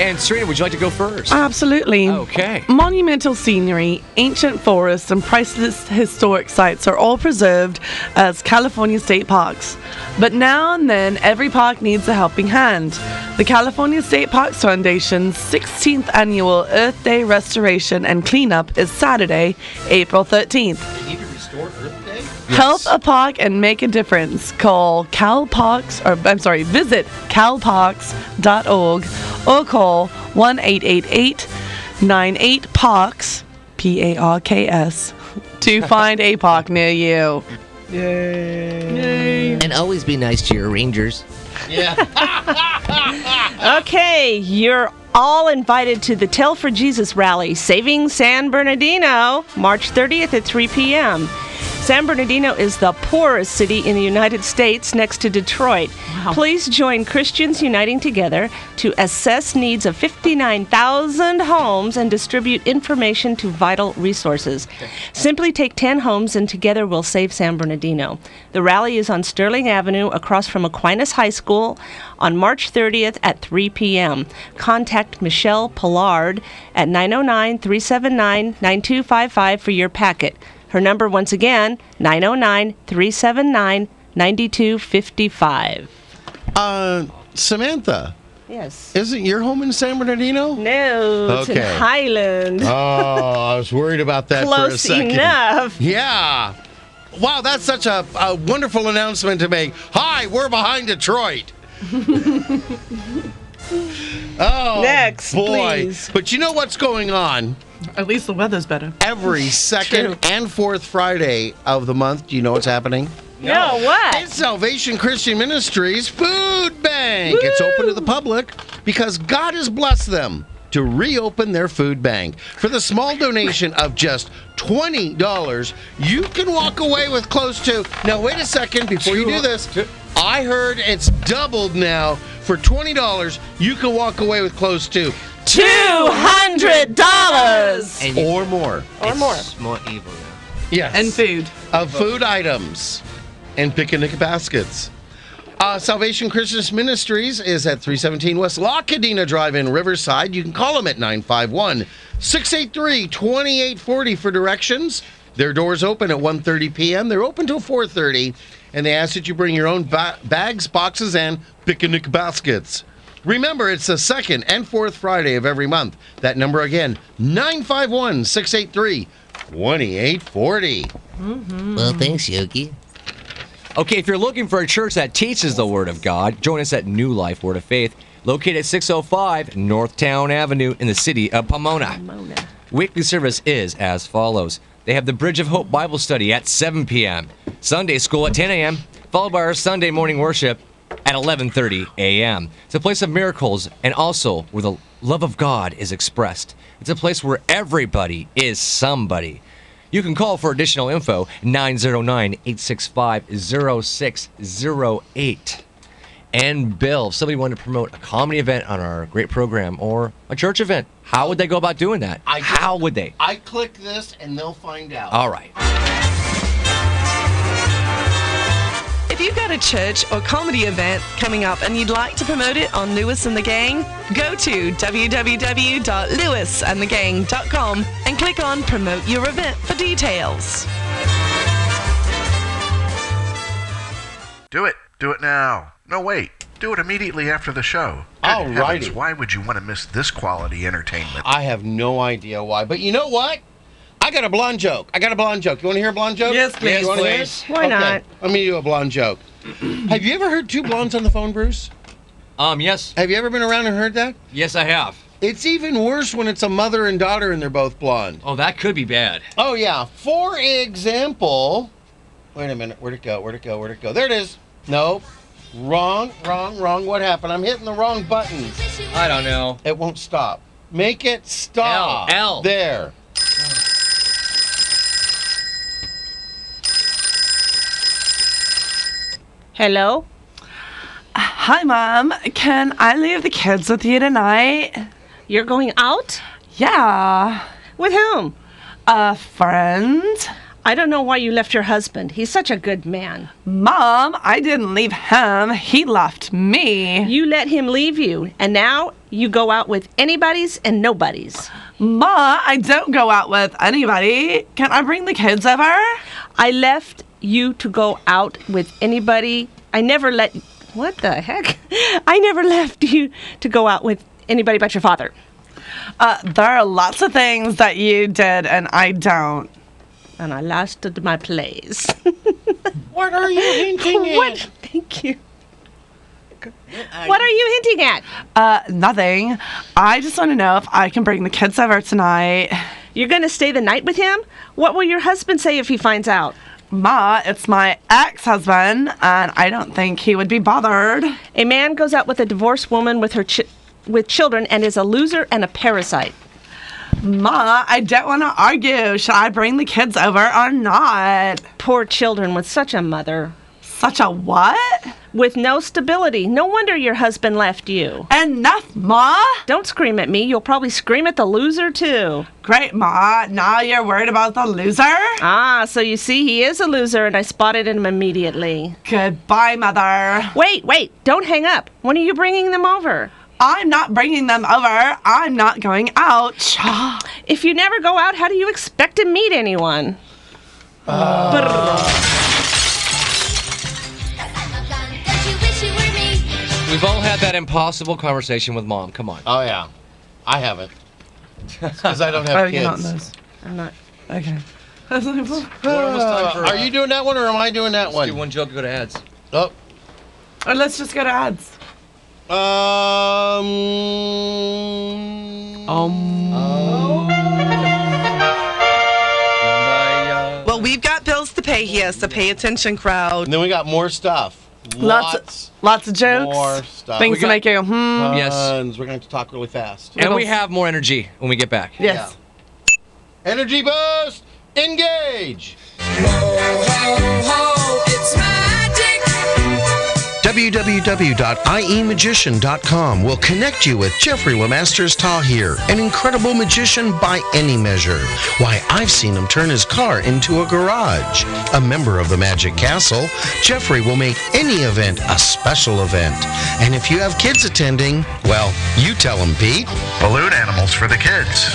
Speaker 4: And Serena, would you like to go first?
Speaker 3: Absolutely.
Speaker 4: Okay.
Speaker 3: Monumental scenery, ancient forests, and priceless historic sites are all preserved as California state parks. But now and then, every park needs a helping hand. The California State Parks Foundation's 16th annual Earth Day restoration and cleanup is Saturday, April 13th. Help a park and make a difference. Call CalParks, or I'm sorry, visit calparks.org or call 1 888 98 Parks, P A R K S, to find a park near you. Yay.
Speaker 7: And always be nice to your rangers.
Speaker 2: okay, you're all invited to the Tell for Jesus rally, Saving San Bernardino, March 30th at 3 p.m. San Bernardino is the poorest city in the United States next to Detroit. Please join Christians Uniting Together to assess needs of 59,000 homes and distribute information to vital resources. Simply take 10 homes and together we'll save San Bernardino. The rally is on Sterling Avenue across from Aquinas High School on March 30th at 3 p.m. Contact Michelle Pollard at 909 379 9255 for your packet. Her number, once again, 909 379 9255.
Speaker 1: Uh, Samantha,
Speaker 2: Yes.
Speaker 1: isn't your home in San Bernardino?
Speaker 2: No, it's in
Speaker 1: Okay.
Speaker 2: Highland.
Speaker 1: Oh, I was worried about that for a
Speaker 2: Close
Speaker 1: second.
Speaker 2: enough.
Speaker 1: Yeah. Wow, that's such a, a wonderful announcement to make. Hi, we're behind Detroit. Oh,
Speaker 3: Next,
Speaker 1: boy.
Speaker 3: please.
Speaker 1: But you know what's going on?
Speaker 3: At least the weather's better.
Speaker 1: Every second and fourth Friday of the month, do you know what's happening?
Speaker 2: No, what?
Speaker 1: It's Salvation Christian Ministries Food Bank. It's open to the public because God has blessed them to reopen their food bank. For the small donation of just $20, you can walk away with close to. Now, wait a second before you do this. I heard it's doubled now. For $20, you can walk away with close to
Speaker 7: And you-
Speaker 1: or more.
Speaker 7: it's more evil now.
Speaker 1: Yes.
Speaker 3: And food.
Speaker 1: Of food items and picnic baskets. Uh, Salvation Christian Ministries is at 317 West La Cadena Drive in Riverside. You can call them at 951 683 2840 for directions. Their doors open at 1:30 p.m. They're open till 4:30, and they ask that you bring your own ba- bags, boxes, and picnic baskets. Remember, it's the second and fourth Friday of every month. That number again, 951 683 2840.
Speaker 7: Well, thanks, Yogi.
Speaker 4: Okay, if you're looking for a church that teaches the Word of God, join us at New Life Word of Faith, located at 605 Northtown Avenue in the city of Pomona. Weekly service is as follows They have the Bridge of Hope Bible study at 7 p.m., Sunday school at 10 a.m., followed by our Sunday morning worship at 11:30 a.m. It's a place of miracles and also where the love of God is expressed. It's a place where everybody is somebody. You can call for additional info 909-865-0608. And Bill, if somebody wanted to promote a comedy event on our great program or a church event, how would they go about doing that? how would they?
Speaker 1: I click Uh, this and they'll find out.
Speaker 4: All right.
Speaker 3: If
Speaker 9: you've got a church or comedy event coming up and you'd like to promote it on Lewis and the Gang, go to www.lewisandthegang.com and click on Promote Your Event for details.
Speaker 18: Do it. Do it now. No, wait. Do it immediately after the show. Good
Speaker 1: Alrighty.
Speaker 18: heavens, Why would you want to miss this quality entertainment?
Speaker 1: I have no idea why, but you know what? I got a blonde joke. I got a blonde joke. You want to hear a blonde joke?
Speaker 3: Yes, please.
Speaker 1: You wanna hear it?
Speaker 3: Yes, please. Why
Speaker 1: Okay,
Speaker 3: not?
Speaker 1: Let me do a blonde joke. have you ever heard two blondes on the phone, Bruce?
Speaker 4: Um, yes.
Speaker 1: Have you ever been around and heard that?
Speaker 4: Yes, I have.
Speaker 1: It's even worse when it's a mother and daughter and they're both blonde.
Speaker 4: Oh, that could be bad.
Speaker 1: Oh yeah. For example, wait a minute. Where'd it go? Where'd it go? Where'd it go? There it is. Nope. Wrong. Wrong. Wrong. What happened? I'm hitting the wrong button.
Speaker 4: I don't know.
Speaker 1: It won't stop. Make it stop.
Speaker 4: L, L.
Speaker 1: There.
Speaker 2: Hello?
Speaker 3: Hi, Mom. Can I leave the kids with you tonight?
Speaker 2: You're going out?
Speaker 3: Yeah.
Speaker 2: With whom?
Speaker 3: A friend.
Speaker 2: I don't know why you left your husband. He's such a good man.
Speaker 3: Mom, I didn't leave him. He left me.
Speaker 2: You let him leave you, and now you go out with anybody's and nobody's.
Speaker 3: Ma, I don't go out with anybody. Can I bring the kids over?
Speaker 2: I left you to go out with anybody. I never let. What the heck? I never left you to go out with anybody but your father.
Speaker 3: Uh, there are lots of things that you did and I don't.
Speaker 2: And I lost it my place.
Speaker 1: What are you hinting at?
Speaker 2: What? Thank you. What are you hinting at?
Speaker 3: Uh, nothing. I just want to know if I can bring the kids over tonight.
Speaker 2: You're going to stay the night with him? What will your husband say if he finds out?
Speaker 3: Ma, it's my ex husband, and I don't think he would be bothered.
Speaker 2: A man goes out with a divorced woman with her chi- with children and is a loser and a parasite.
Speaker 3: Ma, I don't want to argue. Should I bring the kids over or not?
Speaker 2: Poor children with such a mother.
Speaker 3: Such a what?
Speaker 2: With no stability. No wonder your husband left you.
Speaker 3: Enough, Ma.
Speaker 2: Don't scream at me. You'll probably scream at the loser, too.
Speaker 3: Great, Ma. Now you're worried about the loser?
Speaker 2: Ah, so you see, he is a loser, and I spotted him immediately.
Speaker 3: Goodbye, Mother.
Speaker 2: Wait, wait. Don't hang up. When are you bringing them over?
Speaker 3: I'm not bringing them over. I'm not going out.
Speaker 2: If you never go out, how do you expect to meet anyone? Brrr.
Speaker 4: We've all had that impossible conversation with mom. Come on.
Speaker 1: Oh yeah. I haven't. Because I don't have
Speaker 3: Oh, you don't know
Speaker 1: kids.
Speaker 3: this.
Speaker 2: I'm not.
Speaker 3: Okay.
Speaker 1: Uh, are you doing that one or am I doing that
Speaker 4: Let's do
Speaker 1: one?
Speaker 4: one joke. Go to ads.
Speaker 1: Oh.
Speaker 3: Or let's just go to ads.
Speaker 1: Oh, Um.
Speaker 3: Um.
Speaker 9: Well, we've got bills to pay here, so pay attention, crowd.
Speaker 1: And then we got more stuff.
Speaker 3: Lots,
Speaker 1: Lots.
Speaker 3: lots of jokes.
Speaker 1: more stuff.
Speaker 3: Things
Speaker 1: We
Speaker 3: to
Speaker 1: got-
Speaker 3: make you hmm.
Speaker 4: Yes.
Speaker 1: Tons. We're going to have to talk really fast.
Speaker 4: And we have more energy when we get back.
Speaker 3: yes.
Speaker 1: Energy boost. Engage.
Speaker 12: E www.iemagician.com will connect you with Jeffrey Lemasters Tahir, an incredible magician by any measure. Why, I've seen him turn his car into a garage. A member of the Magic Castle, Jeffrey will make any event a special event. And if you have kids attending, well, you tell them, Pete.
Speaker 18: Balloon animals for the kids.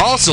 Speaker 10: Also,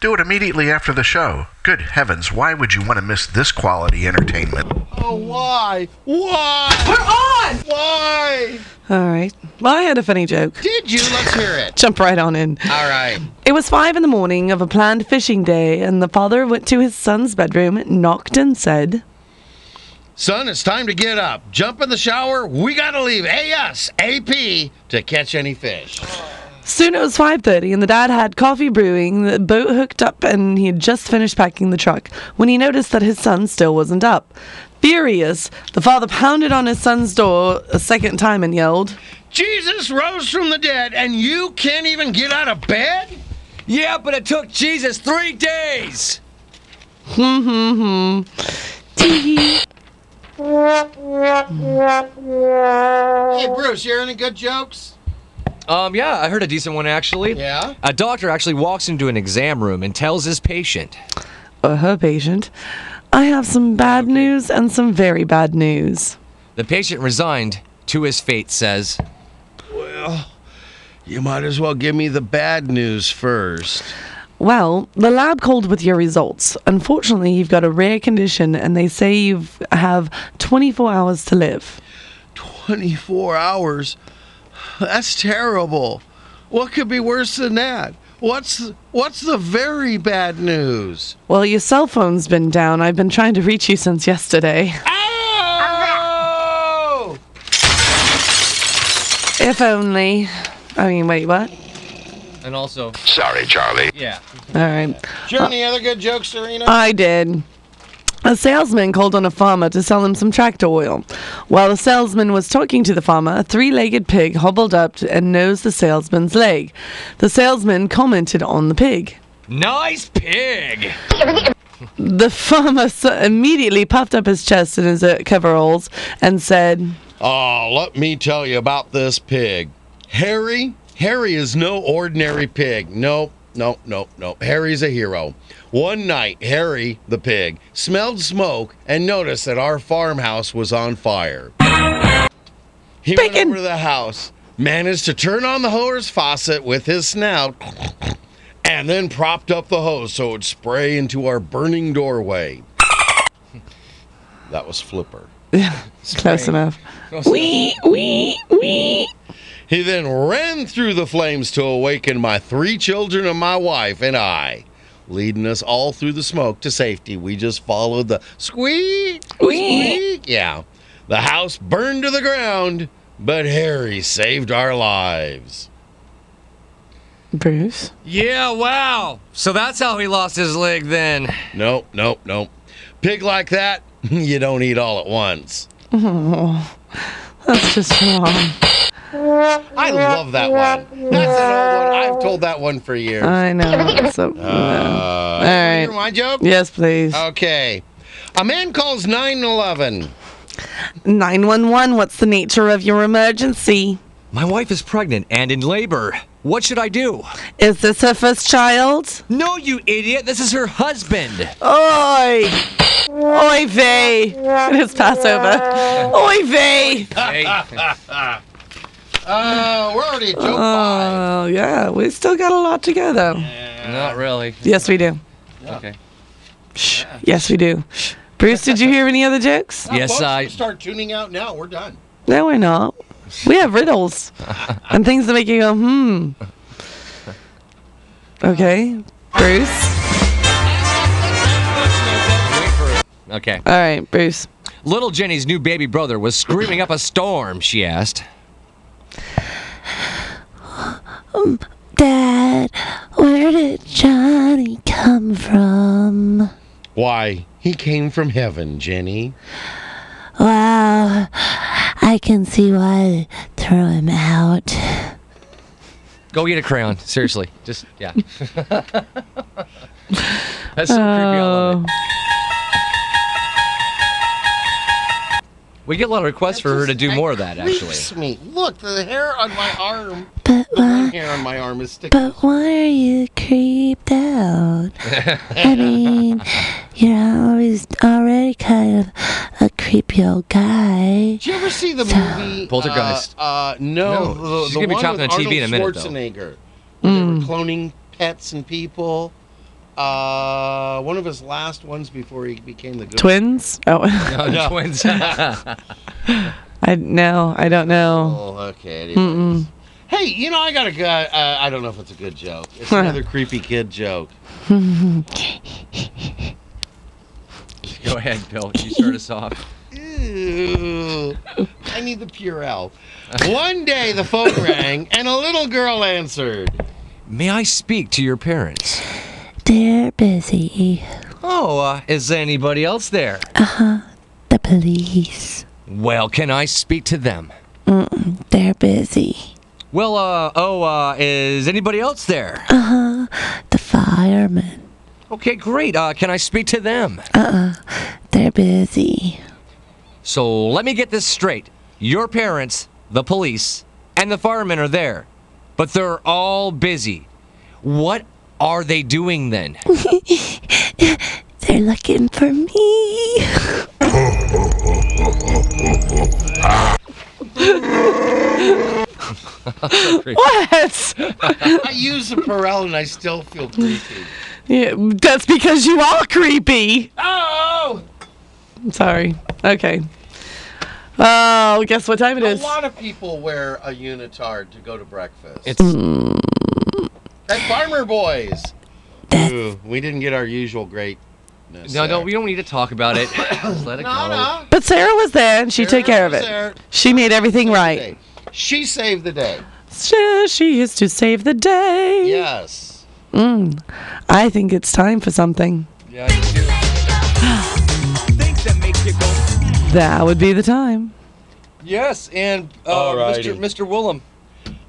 Speaker 18: Do it immediately after the show. Good heavens, why would you want to miss this quality entertainment?
Speaker 1: Oh, why? Why?
Speaker 3: We're on!
Speaker 1: Why?
Speaker 3: All right. Well, I had a funny joke.
Speaker 1: Did you? Let's hear it.
Speaker 3: Jump right on in.
Speaker 1: All right.
Speaker 3: It was five in the morning of a planned fishing day, and the father went to his son's bedroom, knocked, and said,
Speaker 1: Son, it's time to get up. Jump in the shower. We got to leave ASAP to catch any fish.
Speaker 3: Soon it was 5:30 and the dad had coffee brewing, the boat hooked up and he had just finished packing the truck when he noticed that his son still wasn't up. Furious, the father pounded on his son's door a second time and yelled,
Speaker 1: Jesus rose from the dead, and you can't even get out of bed?
Speaker 4: Yeah, but it took Jesus three days.
Speaker 3: "Hmm hmm hmm." Tee-hee.
Speaker 1: Hey, Bruce, you hear any good jokes?
Speaker 4: Um, yeah, I heard a decent one actually.
Speaker 1: Yeah?
Speaker 4: A doctor actually walks into an exam room and tells his patient,
Speaker 3: Or her patient, "I have some bad news and some very bad news."
Speaker 4: the patient resigned to his fate says,
Speaker 1: You might as well give me the bad news first.
Speaker 3: Well, the lab called with your results. Unfortunately, you've got a rare condition and they say you have 24 hours to live.
Speaker 1: 24 hours? That's terrible. What could be worse than that? What's what's the very bad news?
Speaker 3: Well, your cell phone's been down. I've been trying to reach you since yesterday.
Speaker 1: Oh!
Speaker 3: If only. I mean, wait, what?
Speaker 4: and also,
Speaker 5: Sorry, Charlie.
Speaker 4: yeah.
Speaker 3: All right.
Speaker 1: Do you have any other good jokes, Serena?
Speaker 3: I did. A salesman called on a farmer to sell him some tractor oil. While the salesman was talking to the farmer, a three legged pig hobbled up and nosed the salesman's leg. The salesman commented on the pig.
Speaker 4: Nice pig.
Speaker 3: The farmer s- immediately puffed up his chest in his uh, coveralls and said,
Speaker 1: Oh, let me tell you about this pig. Harry, Harry is no ordinary pig. No, no, no, no. Harry's a hero. One night, Harry, the pig, smelled smoke and noticed that our farmhouse was on fire. He went over to the house, managed to turn on the hose faucet with his snout, and then propped up the hose so it would spray into our burning doorway. That was Flipper.
Speaker 3: It's close enough. Wee, wee, wee.
Speaker 1: He then ran through the flames to awaken my three children and my wife and I, leading us all through the smoke to safety. We just followed the squeak, squeak. Yeah. The house burned to the ground, but Harry saved our lives.
Speaker 3: Bruce?
Speaker 4: Yeah, wow. So that's how he lost his leg then.
Speaker 1: Nope, nope, nope. Pig like that, you don't eat all at once.
Speaker 3: Oh, that's just wrong.
Speaker 1: I love that one. That's an old one. I've told that one for years.
Speaker 3: I know. So,
Speaker 1: Uh,
Speaker 3: All right.
Speaker 1: My joke?
Speaker 3: Yes, please.
Speaker 4: Uh.
Speaker 1: Okay. A man calls 911.
Speaker 3: 911, what's the nature of your emergency?
Speaker 4: My wife is pregnant and in labor. What should I do?
Speaker 3: Is this her first child?
Speaker 4: No, you idiot. This is her husband.
Speaker 3: Oi! Oi vey! It is Passover. Oi vey!
Speaker 1: Uh, we're already at joke five.
Speaker 3: Oh, yeah, we still got a lot to go, though.
Speaker 4: Not really.
Speaker 3: Yes, we do.
Speaker 4: Okay.
Speaker 3: Shh. Yes, we do. Shh. Bruce, did you hear any other jokes?
Speaker 4: Yes,
Speaker 1: Folks,
Speaker 4: I.
Speaker 1: start tuning out now. We're done.
Speaker 3: No, we're not. We have riddles and things that make you go, hmm. Okay, Bruce.
Speaker 4: Okay.
Speaker 3: All right, Bruce.
Speaker 4: Little Jenny's new baby brother was screaming up a storm, she asked.
Speaker 13: Um, Dad, where did Johnny come from?
Speaker 1: Why, he came from heaven, Jenny.
Speaker 13: Wow, I can see why they threw him out.
Speaker 4: Go get a crayon. Seriously. Just, yeah. That's so creepy. I love it. We get a lot of requests for her to do more of that, actually.
Speaker 1: Creeps me. Look, the hair on my arm.
Speaker 13: But
Speaker 1: the brown
Speaker 13: why-
Speaker 1: hair on my arm is sticking.
Speaker 13: But why are you creeped out? I mean, you're always already kind of a creepy old guy.
Speaker 1: Did you ever see the
Speaker 13: So-
Speaker 1: movie
Speaker 4: Poltergeist.
Speaker 1: Uh, uh, no,
Speaker 4: No,
Speaker 1: the,
Speaker 4: she's
Speaker 1: the
Speaker 4: gonna be
Speaker 1: one
Speaker 4: chopped
Speaker 1: with
Speaker 4: on TV in a minute,
Speaker 1: Arnold
Speaker 4: though.
Speaker 1: Schwarzenegger. where They were
Speaker 13: Hmm.
Speaker 1: cloning pets and people. Uh, one of his last ones before he became the ghost.
Speaker 3: Twins? Oh. No,
Speaker 4: twins.
Speaker 3: I no, I don't know.
Speaker 1: Oh, okay, anyways.
Speaker 3: Mm-mm.
Speaker 1: hey, you know I got a. Uh, uh, I don't know if it's a good joke. It's another creepy kid joke.
Speaker 4: Go ahead, Bill. You start us off.
Speaker 1: Ew. I need the Purell. One day the phone rang and a little girl answered.
Speaker 4: May I speak to your parents?
Speaker 13: They're busy.
Speaker 4: Oh, uh, is anybody else there?
Speaker 13: Uh huh. The police.
Speaker 4: Well, can I speak to them?
Speaker 13: Mm-mm, they're busy.
Speaker 4: Well, uh, oh, uh, is anybody else there?
Speaker 13: Uh huh. The firemen.
Speaker 4: Okay, great. Uh, can I speak to them?
Speaker 13: Uh uh-uh, uh. they are busy.
Speaker 4: So let me get this straight. Your parents, the police, and the firemen are there, but they're all busy. What are they doing then?
Speaker 13: They're looking for me.
Speaker 3: What?
Speaker 1: I use the Purell and I still feel creepy.
Speaker 3: Yeah, that's because you are creepy.
Speaker 1: Oh!
Speaker 3: I'm sorry. Okay. Oh, guess what time it
Speaker 1: A
Speaker 3: is?
Speaker 1: lot of people wear a unitard to go to breakfast.
Speaker 4: It's
Speaker 3: Mm.
Speaker 1: At Farmer Boys. Ooh, we didn't get our usual great.
Speaker 4: no, no, we don't need to talk about it. Just let it go.
Speaker 3: But Sarah was there and she took care of it. She made everything right.
Speaker 1: She saved the day.
Speaker 3: She, she is to save the day.
Speaker 1: Yes.
Speaker 3: Mm. I think it's time for something.
Speaker 4: Yeah, I do.
Speaker 3: That would be the time.
Speaker 4: Yes, and uh, Mr. Mr. Willem.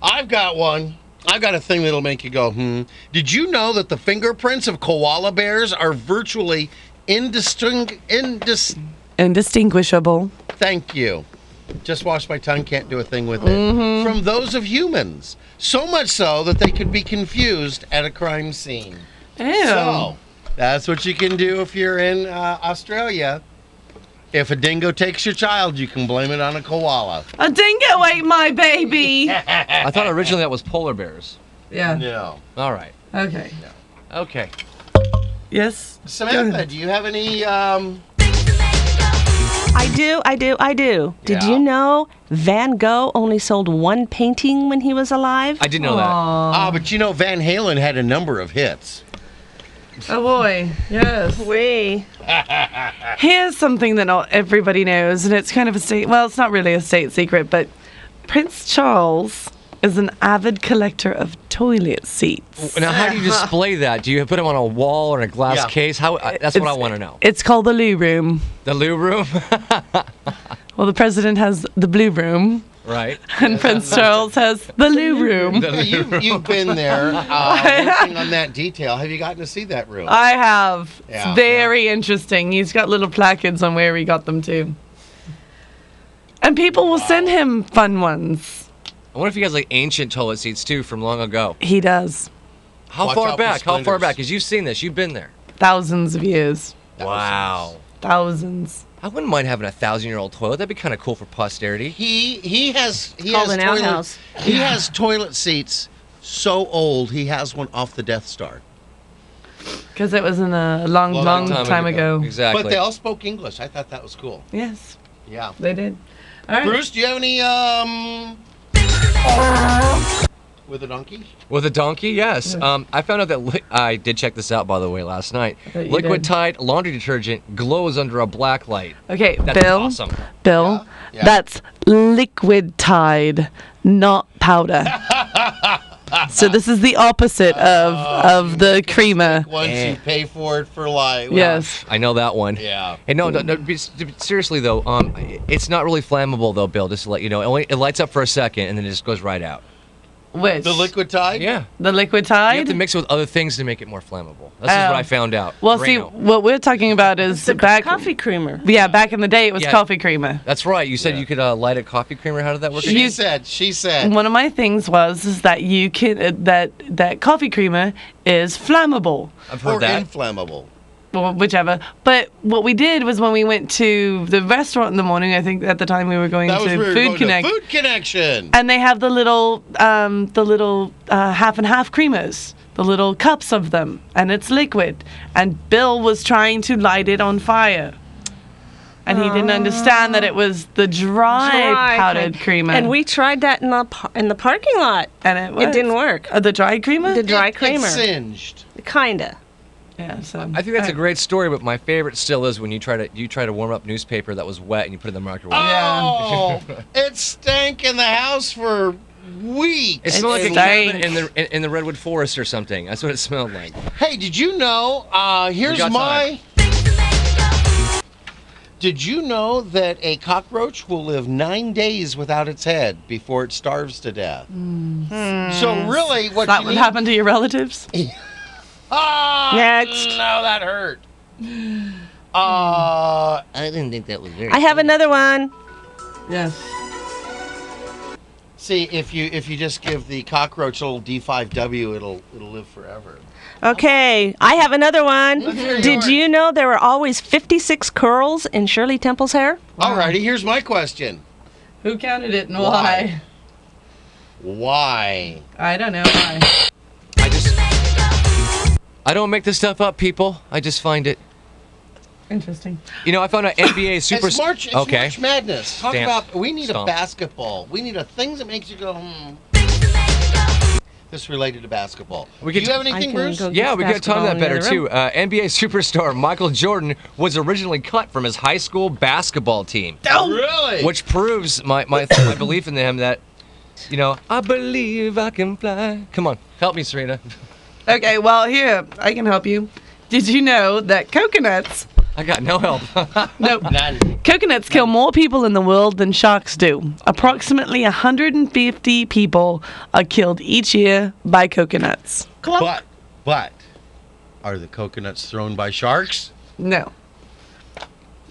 Speaker 1: I've got one. I've got a thing that'll make you go, hmm. Did you know that the fingerprints of koala bears are virtually indistinct? Indis-
Speaker 3: Indistinguishable.
Speaker 1: thank you. Just washed my tongue, can't do a thing with it.
Speaker 3: Mhm.
Speaker 1: From those of humans. So much so that they could be confused at a crime scene.
Speaker 3: Ew.
Speaker 1: So, that's what you can do if you're in uh, Australia. If a dingo takes your child, you can blame it on a koala.
Speaker 3: A dingo ate my baby.
Speaker 4: I thought originally that was polar bears.
Speaker 3: Yeah.
Speaker 1: No.
Speaker 4: All right.
Speaker 3: Okay.
Speaker 4: Okay.
Speaker 3: Yes.
Speaker 1: Samantha, do you have any? Um,
Speaker 2: I do, I do, I do. Did you know Van Gogh only sold one painting when he was alive?
Speaker 4: I did know that.
Speaker 1: Ah, but you know Van Halen had a number of hits.
Speaker 3: Oh boy, yes.
Speaker 2: We.
Speaker 3: Here's something that not everybody knows, and it's kind of a state. Well, it's not really a state secret, but Prince Charles is an avid collector of toilet seats.
Speaker 4: Now, how do you display that? Do you put them on a wall or in a glass
Speaker 3: Yeah.
Speaker 4: case? How? Uh, that's what I
Speaker 3: It's-
Speaker 4: want to know.
Speaker 3: It's called the loo room.
Speaker 4: The loo room,
Speaker 3: Well, the president has the blue room,
Speaker 4: right?
Speaker 3: and Prince Charles has the loo room.
Speaker 1: Yeah, you, you've been there uh, working on that detail. Have you gotten to see that room?
Speaker 3: I have.
Speaker 1: Yeah.
Speaker 3: it's very interesting. He's got little placards on where he got them to. And people will send him fun ones.
Speaker 4: I wonder if he has like ancient toilet seats too from long ago.
Speaker 3: He does.
Speaker 4: How
Speaker 3: Watch out
Speaker 4: far
Speaker 3: for
Speaker 4: back? How far
Speaker 3: splinters.
Speaker 4: back? Because you've seen this. You've been there.
Speaker 3: Thousands of years.
Speaker 4: Wow.
Speaker 3: Thousands.
Speaker 4: I wouldn't mind having a thousand-year-old toilet. That'd be kind of cool for posterity.
Speaker 1: he he has he
Speaker 2: Called
Speaker 1: has
Speaker 2: an
Speaker 1: toilet,
Speaker 2: outhouse.
Speaker 1: He has toilet seats so old he has one off the Death Star.
Speaker 3: Because it was in a long, long, time, ago.
Speaker 4: Exactly.
Speaker 1: But they all spoke English. I thought that was cool.
Speaker 3: Yes.
Speaker 1: Yeah.
Speaker 3: They did.
Speaker 1: Bruce, do you have any um with a donkey?
Speaker 4: With a donkey, yes. Um, I found out that li- I did check this out by the way last night.
Speaker 3: bet you
Speaker 4: Liquid
Speaker 3: did.
Speaker 4: Tide laundry detergent glows under a black light.
Speaker 3: Okay,
Speaker 4: That's
Speaker 3: Bill.
Speaker 4: awesome.
Speaker 3: Bill,
Speaker 4: Yeah.
Speaker 3: that's liquid tide, not powder. so this is the opposite of
Speaker 4: Ah,
Speaker 3: of the creamer.
Speaker 1: Once you pay for it for life.
Speaker 4: I know that one.
Speaker 1: Yeah.
Speaker 4: And no, no, no be- be- seriously though, um, it's not really flammable though, Bill. Just to let you know, it, only, it lights up for a second and then it just goes right out.
Speaker 3: Which
Speaker 1: The liquid tide?
Speaker 4: Yeah.
Speaker 3: The liquid
Speaker 4: You have
Speaker 3: tide.
Speaker 4: to mix it with other things to make it more flammable. This is
Speaker 3: Oh.
Speaker 4: what I found out.
Speaker 3: well,
Speaker 4: Grano.
Speaker 3: see, what we're talking about is back coffee
Speaker 2: creamer.
Speaker 3: Yeah, back in the day, it was
Speaker 4: Yeah.
Speaker 3: coffee creamer.
Speaker 4: That's right. You said you could uh, light a coffee creamer. How did that work?
Speaker 3: She You-
Speaker 1: said. She said.
Speaker 3: One of my things was is that you can uh, that that coffee creamer is flammable.
Speaker 1: I've
Speaker 3: heard
Speaker 1: or
Speaker 3: that.
Speaker 1: inflammable.
Speaker 3: well, whichever. But what we did was when we went to the restaurant in the morning. I think at the time we were going
Speaker 1: That was
Speaker 3: to
Speaker 1: where we were
Speaker 3: Food
Speaker 1: going to
Speaker 3: Connect,
Speaker 1: Food Connection.
Speaker 3: and they have the little, um, the little uh, half and half creamers, the little cups of them, and it's liquid. And Bill was trying to light it on fire. And he didn't understand that it was the Ah. dry,
Speaker 2: Dry
Speaker 3: powdered
Speaker 2: cream.
Speaker 3: creamer.
Speaker 2: And we tried that in the par- in the parking lot,
Speaker 3: and it, worked.
Speaker 2: didn't work.
Speaker 3: Uh, the dry creamer.
Speaker 2: The dry
Speaker 3: It- it
Speaker 2: creamer.
Speaker 1: singed.
Speaker 2: Kinda.
Speaker 3: Yeah. So.
Speaker 4: I think that's a great story, but my favorite still is when you try to you try to warm up newspaper that was wet and you put it in the microwave.
Speaker 1: Oh, it stank in the house for weeks.
Speaker 4: It smelled like a cabin in the in, in the redwood forest or something. That's what it smelled like.
Speaker 1: Hey, did you know? Uh, here's
Speaker 4: got
Speaker 1: my. Did you know that a cockroach will live nine days without its head before it starves to death?
Speaker 2: Hmm.
Speaker 1: So really, what
Speaker 3: Is that
Speaker 1: you
Speaker 3: what
Speaker 1: need-
Speaker 3: happened to your relatives?
Speaker 1: Ah,
Speaker 2: Next.
Speaker 1: No, that hurt. Uh,
Speaker 7: I didn't think that was very.
Speaker 2: I have another one.
Speaker 3: Yes.
Speaker 1: See, if you if you just give the cockroach a little D5W, it'll it'll live forever.
Speaker 2: Okay, I have another one.
Speaker 1: hear
Speaker 2: Did you know there were always 56 curls in Shirley Temple's hair?
Speaker 1: Alrighty, here's my question.
Speaker 3: Who counted it and
Speaker 1: Why? Why?
Speaker 3: I don't know why.
Speaker 4: I don't make this stuff up, people. I just find it.
Speaker 3: Interesting.
Speaker 4: You know, I found out NBA super.
Speaker 1: it's March. It's
Speaker 4: okay.
Speaker 1: March Madness. Talk
Speaker 4: Damn.
Speaker 1: about. We need
Speaker 4: Stomp.
Speaker 1: a basketball. We need a thing that makes you go. Hmm. This related to basketball. Do you have anything, Bruce?
Speaker 4: yeah, we could have timed that better too. Uh, NBA superstar Michael Jordan was originally cut from his high school basketball team,
Speaker 1: Oh, really?
Speaker 4: which proves my my, my belief in him that, you know, I believe I can fly. Come on, help me, Serena.
Speaker 3: Okay, well, here, I can help you. Did you know that coconuts,
Speaker 4: I got no help.
Speaker 3: nope, coconuts kill more people in the world than sharks do? Approximately 150 people are killed each year by coconuts.
Speaker 1: But but are the coconuts thrown by sharks?
Speaker 3: No.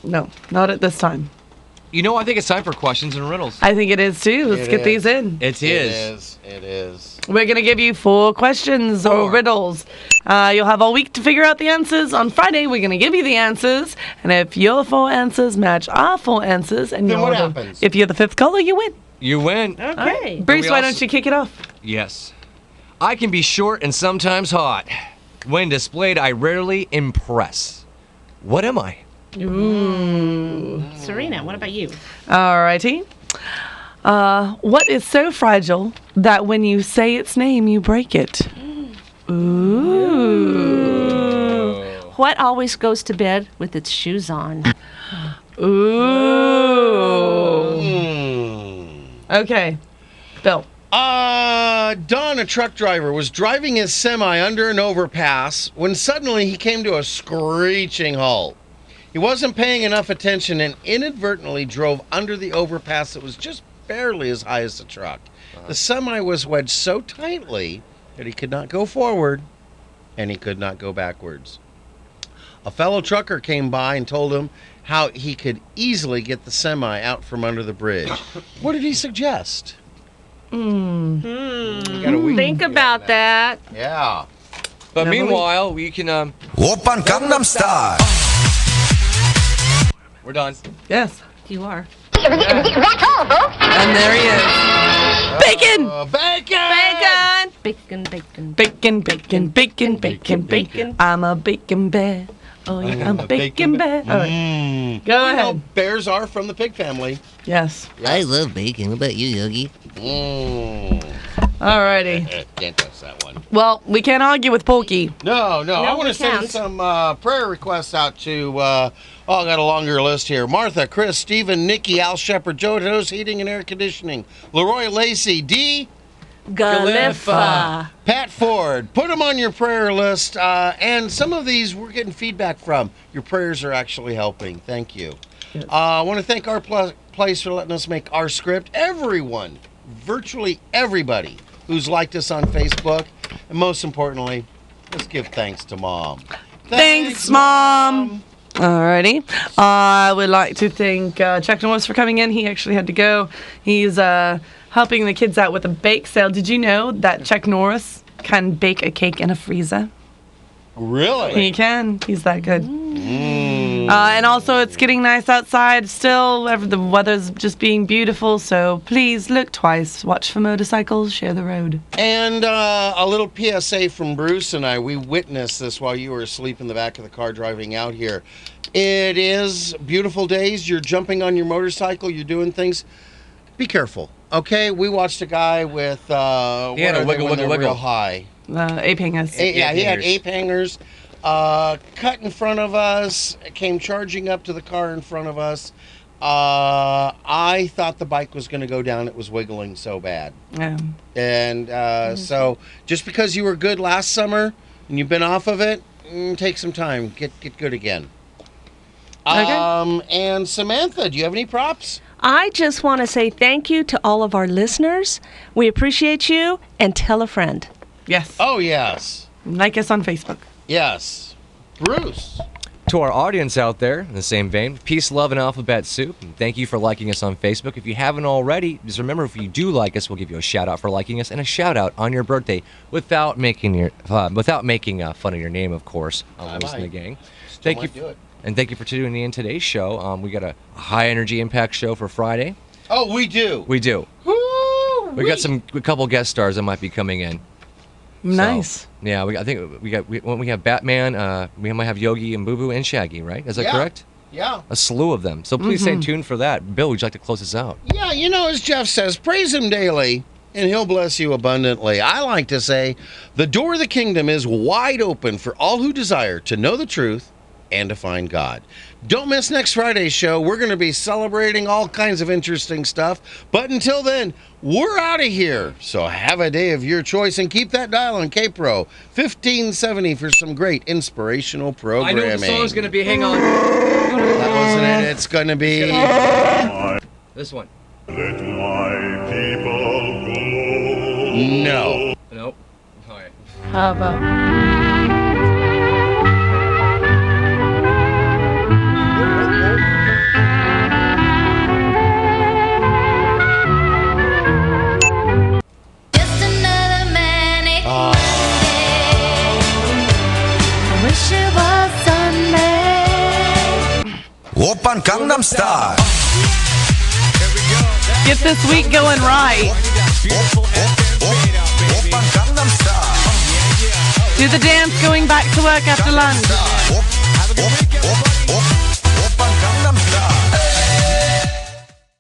Speaker 3: No, not at this time.
Speaker 4: You know, I think it's time for questions and riddles.
Speaker 3: I think it is too. Let's
Speaker 4: It
Speaker 3: get
Speaker 4: is.
Speaker 3: these in.
Speaker 4: It
Speaker 1: is. It is.
Speaker 3: We're going to give you four questions or riddles. Uh, you'll have all week to figure out the answers. On Friday, we're going to give you the answers. And if your four answers match our four answers, and
Speaker 4: Then
Speaker 3: you're
Speaker 4: what
Speaker 3: the-
Speaker 4: happens?
Speaker 3: if you're the fifth caller, you win.
Speaker 4: You win. Okay.
Speaker 3: All right. Bruce, why don't you kick it off?
Speaker 4: Yes. I can be short and sometimes hot. When displayed, I rarely impress. What am I?
Speaker 3: Ooh.
Speaker 2: Serena, what about you?
Speaker 3: All righty. Uh, what is so fragile that when you say its name, you break it? Ooh.
Speaker 2: What always goes to bed with its shoes on?
Speaker 3: Ooh.
Speaker 1: Hmm.
Speaker 3: Okay. Bill.
Speaker 1: Uh, Don, a truck driver, was driving his semi under an overpass when suddenly he came to a screeching halt. He wasn't paying enough attention and inadvertently drove under the overpass that was just barely as high as the truck. The semi was wedged so tightly that he could not go forward and he could not go backwards. A fellow trucker came by and told him how he could easily get the semi out from under the bridge. what did he suggest? Got a week
Speaker 2: Think about that.
Speaker 1: Yeah.
Speaker 4: But meanwhile, we can um.
Speaker 5: Whoop on Gangnam Style.
Speaker 4: We're done.
Speaker 3: Yes.
Speaker 2: You are.
Speaker 3: And there he is. Bacon!
Speaker 2: Bacon! Bacon! Bacon,
Speaker 3: Bacon, bacon, bacon, bacon, bacon. I'm a bacon bear. Oh,
Speaker 1: yeah.
Speaker 3: I'm
Speaker 1: A
Speaker 3: bacon Mm. bad. All right. Go
Speaker 1: You know,
Speaker 3: ahead.
Speaker 1: bears are from the pig family.
Speaker 3: Yes.
Speaker 7: I love bacon. What about you, Yogi?
Speaker 1: Mm.
Speaker 3: Alrighty.
Speaker 1: Eh, Can't touch that one.
Speaker 3: Well, we can't argue with Pokey.
Speaker 1: No, no.
Speaker 3: No,
Speaker 1: I want
Speaker 3: we
Speaker 1: to send
Speaker 3: can't.
Speaker 1: some uh, prayer requests out to. Uh, oh, I got a longer list here. Martha, Chris, Stephen, Nikki, Al Shepard, Joe Dose, Heating and Air Conditioning, Leroy Lacey, D.
Speaker 2: Galiffa.
Speaker 1: Pat Ford, put them on your prayer list. Uh, and some of these we're getting feedback from. Your prayers are actually helping. Thank you. Uh, I want to thank our pl- place for letting us make our script. Everyone, virtually everybody who's liked us on Facebook. And most importantly, let's give thanks to mom.
Speaker 3: Thanks, Mom. Alrighty. I would like to thank uh, Chuck Norris for coming in. He actually had to go. He's uh, helping the kids out with a bake sale. Did you know that Chuck Norris can bake a cake in a freezer?
Speaker 1: Really?
Speaker 3: He can. He's that good.
Speaker 1: Mm.
Speaker 3: Uh, and also, it's getting nice outside still. Ev- The weather's just being beautiful. So please look twice, watch for motorcycles, share the road.
Speaker 1: And uh, a little PSA from Bruce and I. We witnessed this while you were asleep in the back of the car driving out here. It is beautiful days. You're jumping on your motorcycle. You're doing things. Be careful, okay? We watched a guy with uh,
Speaker 4: He had
Speaker 1: what
Speaker 4: a
Speaker 1: are they
Speaker 4: wiggle,
Speaker 1: when
Speaker 4: wiggle,
Speaker 1: they're
Speaker 4: wiggle.
Speaker 1: real high.
Speaker 3: Uh, ape hangers.
Speaker 1: A- yeah, he had ape hangers. Uh, cut in front of us, came charging up to the car in front of us. Uh, I thought the bike was going to go down. It was wiggling so bad.
Speaker 3: Yeah.
Speaker 1: And uh, so, just because you were good last summer and you've been off of it, mm, take some time. Get get good again.
Speaker 2: Okay.
Speaker 1: Um, and Samantha, do you have any props?
Speaker 2: I just want to say thank you to all of our listeners. We appreciate you and tell a friend.
Speaker 3: Yes.
Speaker 1: Oh, yes.
Speaker 3: Like us on Facebook.
Speaker 1: Yes. Bruce.
Speaker 4: To our audience out there, in the same vein, peace, love, and alphabet soup. And thank you for liking us on Facebook. If you haven't already, just remember if you do like us, we'll give you a shout out for liking us and a shout out on your birthday without making your uh, without making uh, fun of your name, of course.
Speaker 1: I
Speaker 4: On Loose in the
Speaker 1: might.
Speaker 4: gang.
Speaker 1: Still
Speaker 4: thank you,
Speaker 1: might do it.
Speaker 4: and thank you for tuning in today's show. Um, we got a high energy impact show for Friday.
Speaker 1: Oh, we do.
Speaker 4: We do. We got some a couple guest stars that might be coming in.
Speaker 3: Nice.
Speaker 4: Yeah, we, I think we got we, when we have Batman, uh, we might have Yogi and Boo Boo and Shaggy, right? Is that
Speaker 1: Yeah.
Speaker 4: correct?
Speaker 1: Yeah.
Speaker 4: A slew of them. So please
Speaker 1: Mhm.
Speaker 4: stay tuned for that. Bill, would you like to close us out?
Speaker 1: Yeah, you know, as Jeff says, praise him daily, and he'll bless you abundantly. I like to say, the door of the kingdom is wide open for all who desire to know the truth and to find God. Don't miss next Friday's show. We're going to be celebrating all kinds of interesting stuff. But until then, we're out of here. So have a day of your choice and keep that dial on K-Pro 1570 for some great inspirational
Speaker 4: I
Speaker 1: programming.
Speaker 4: know what the song's gonna be. Hang on.
Speaker 1: That wasn't it. It's going to be.
Speaker 4: This one.
Speaker 19: Let my people go.
Speaker 1: No.
Speaker 4: Nope.
Speaker 3: How about?
Speaker 6: Just another manic day. Wish it was Sunday.
Speaker 5: Open Gangnam Style.
Speaker 3: Get this week going right. Do the dance going back to work after lunch.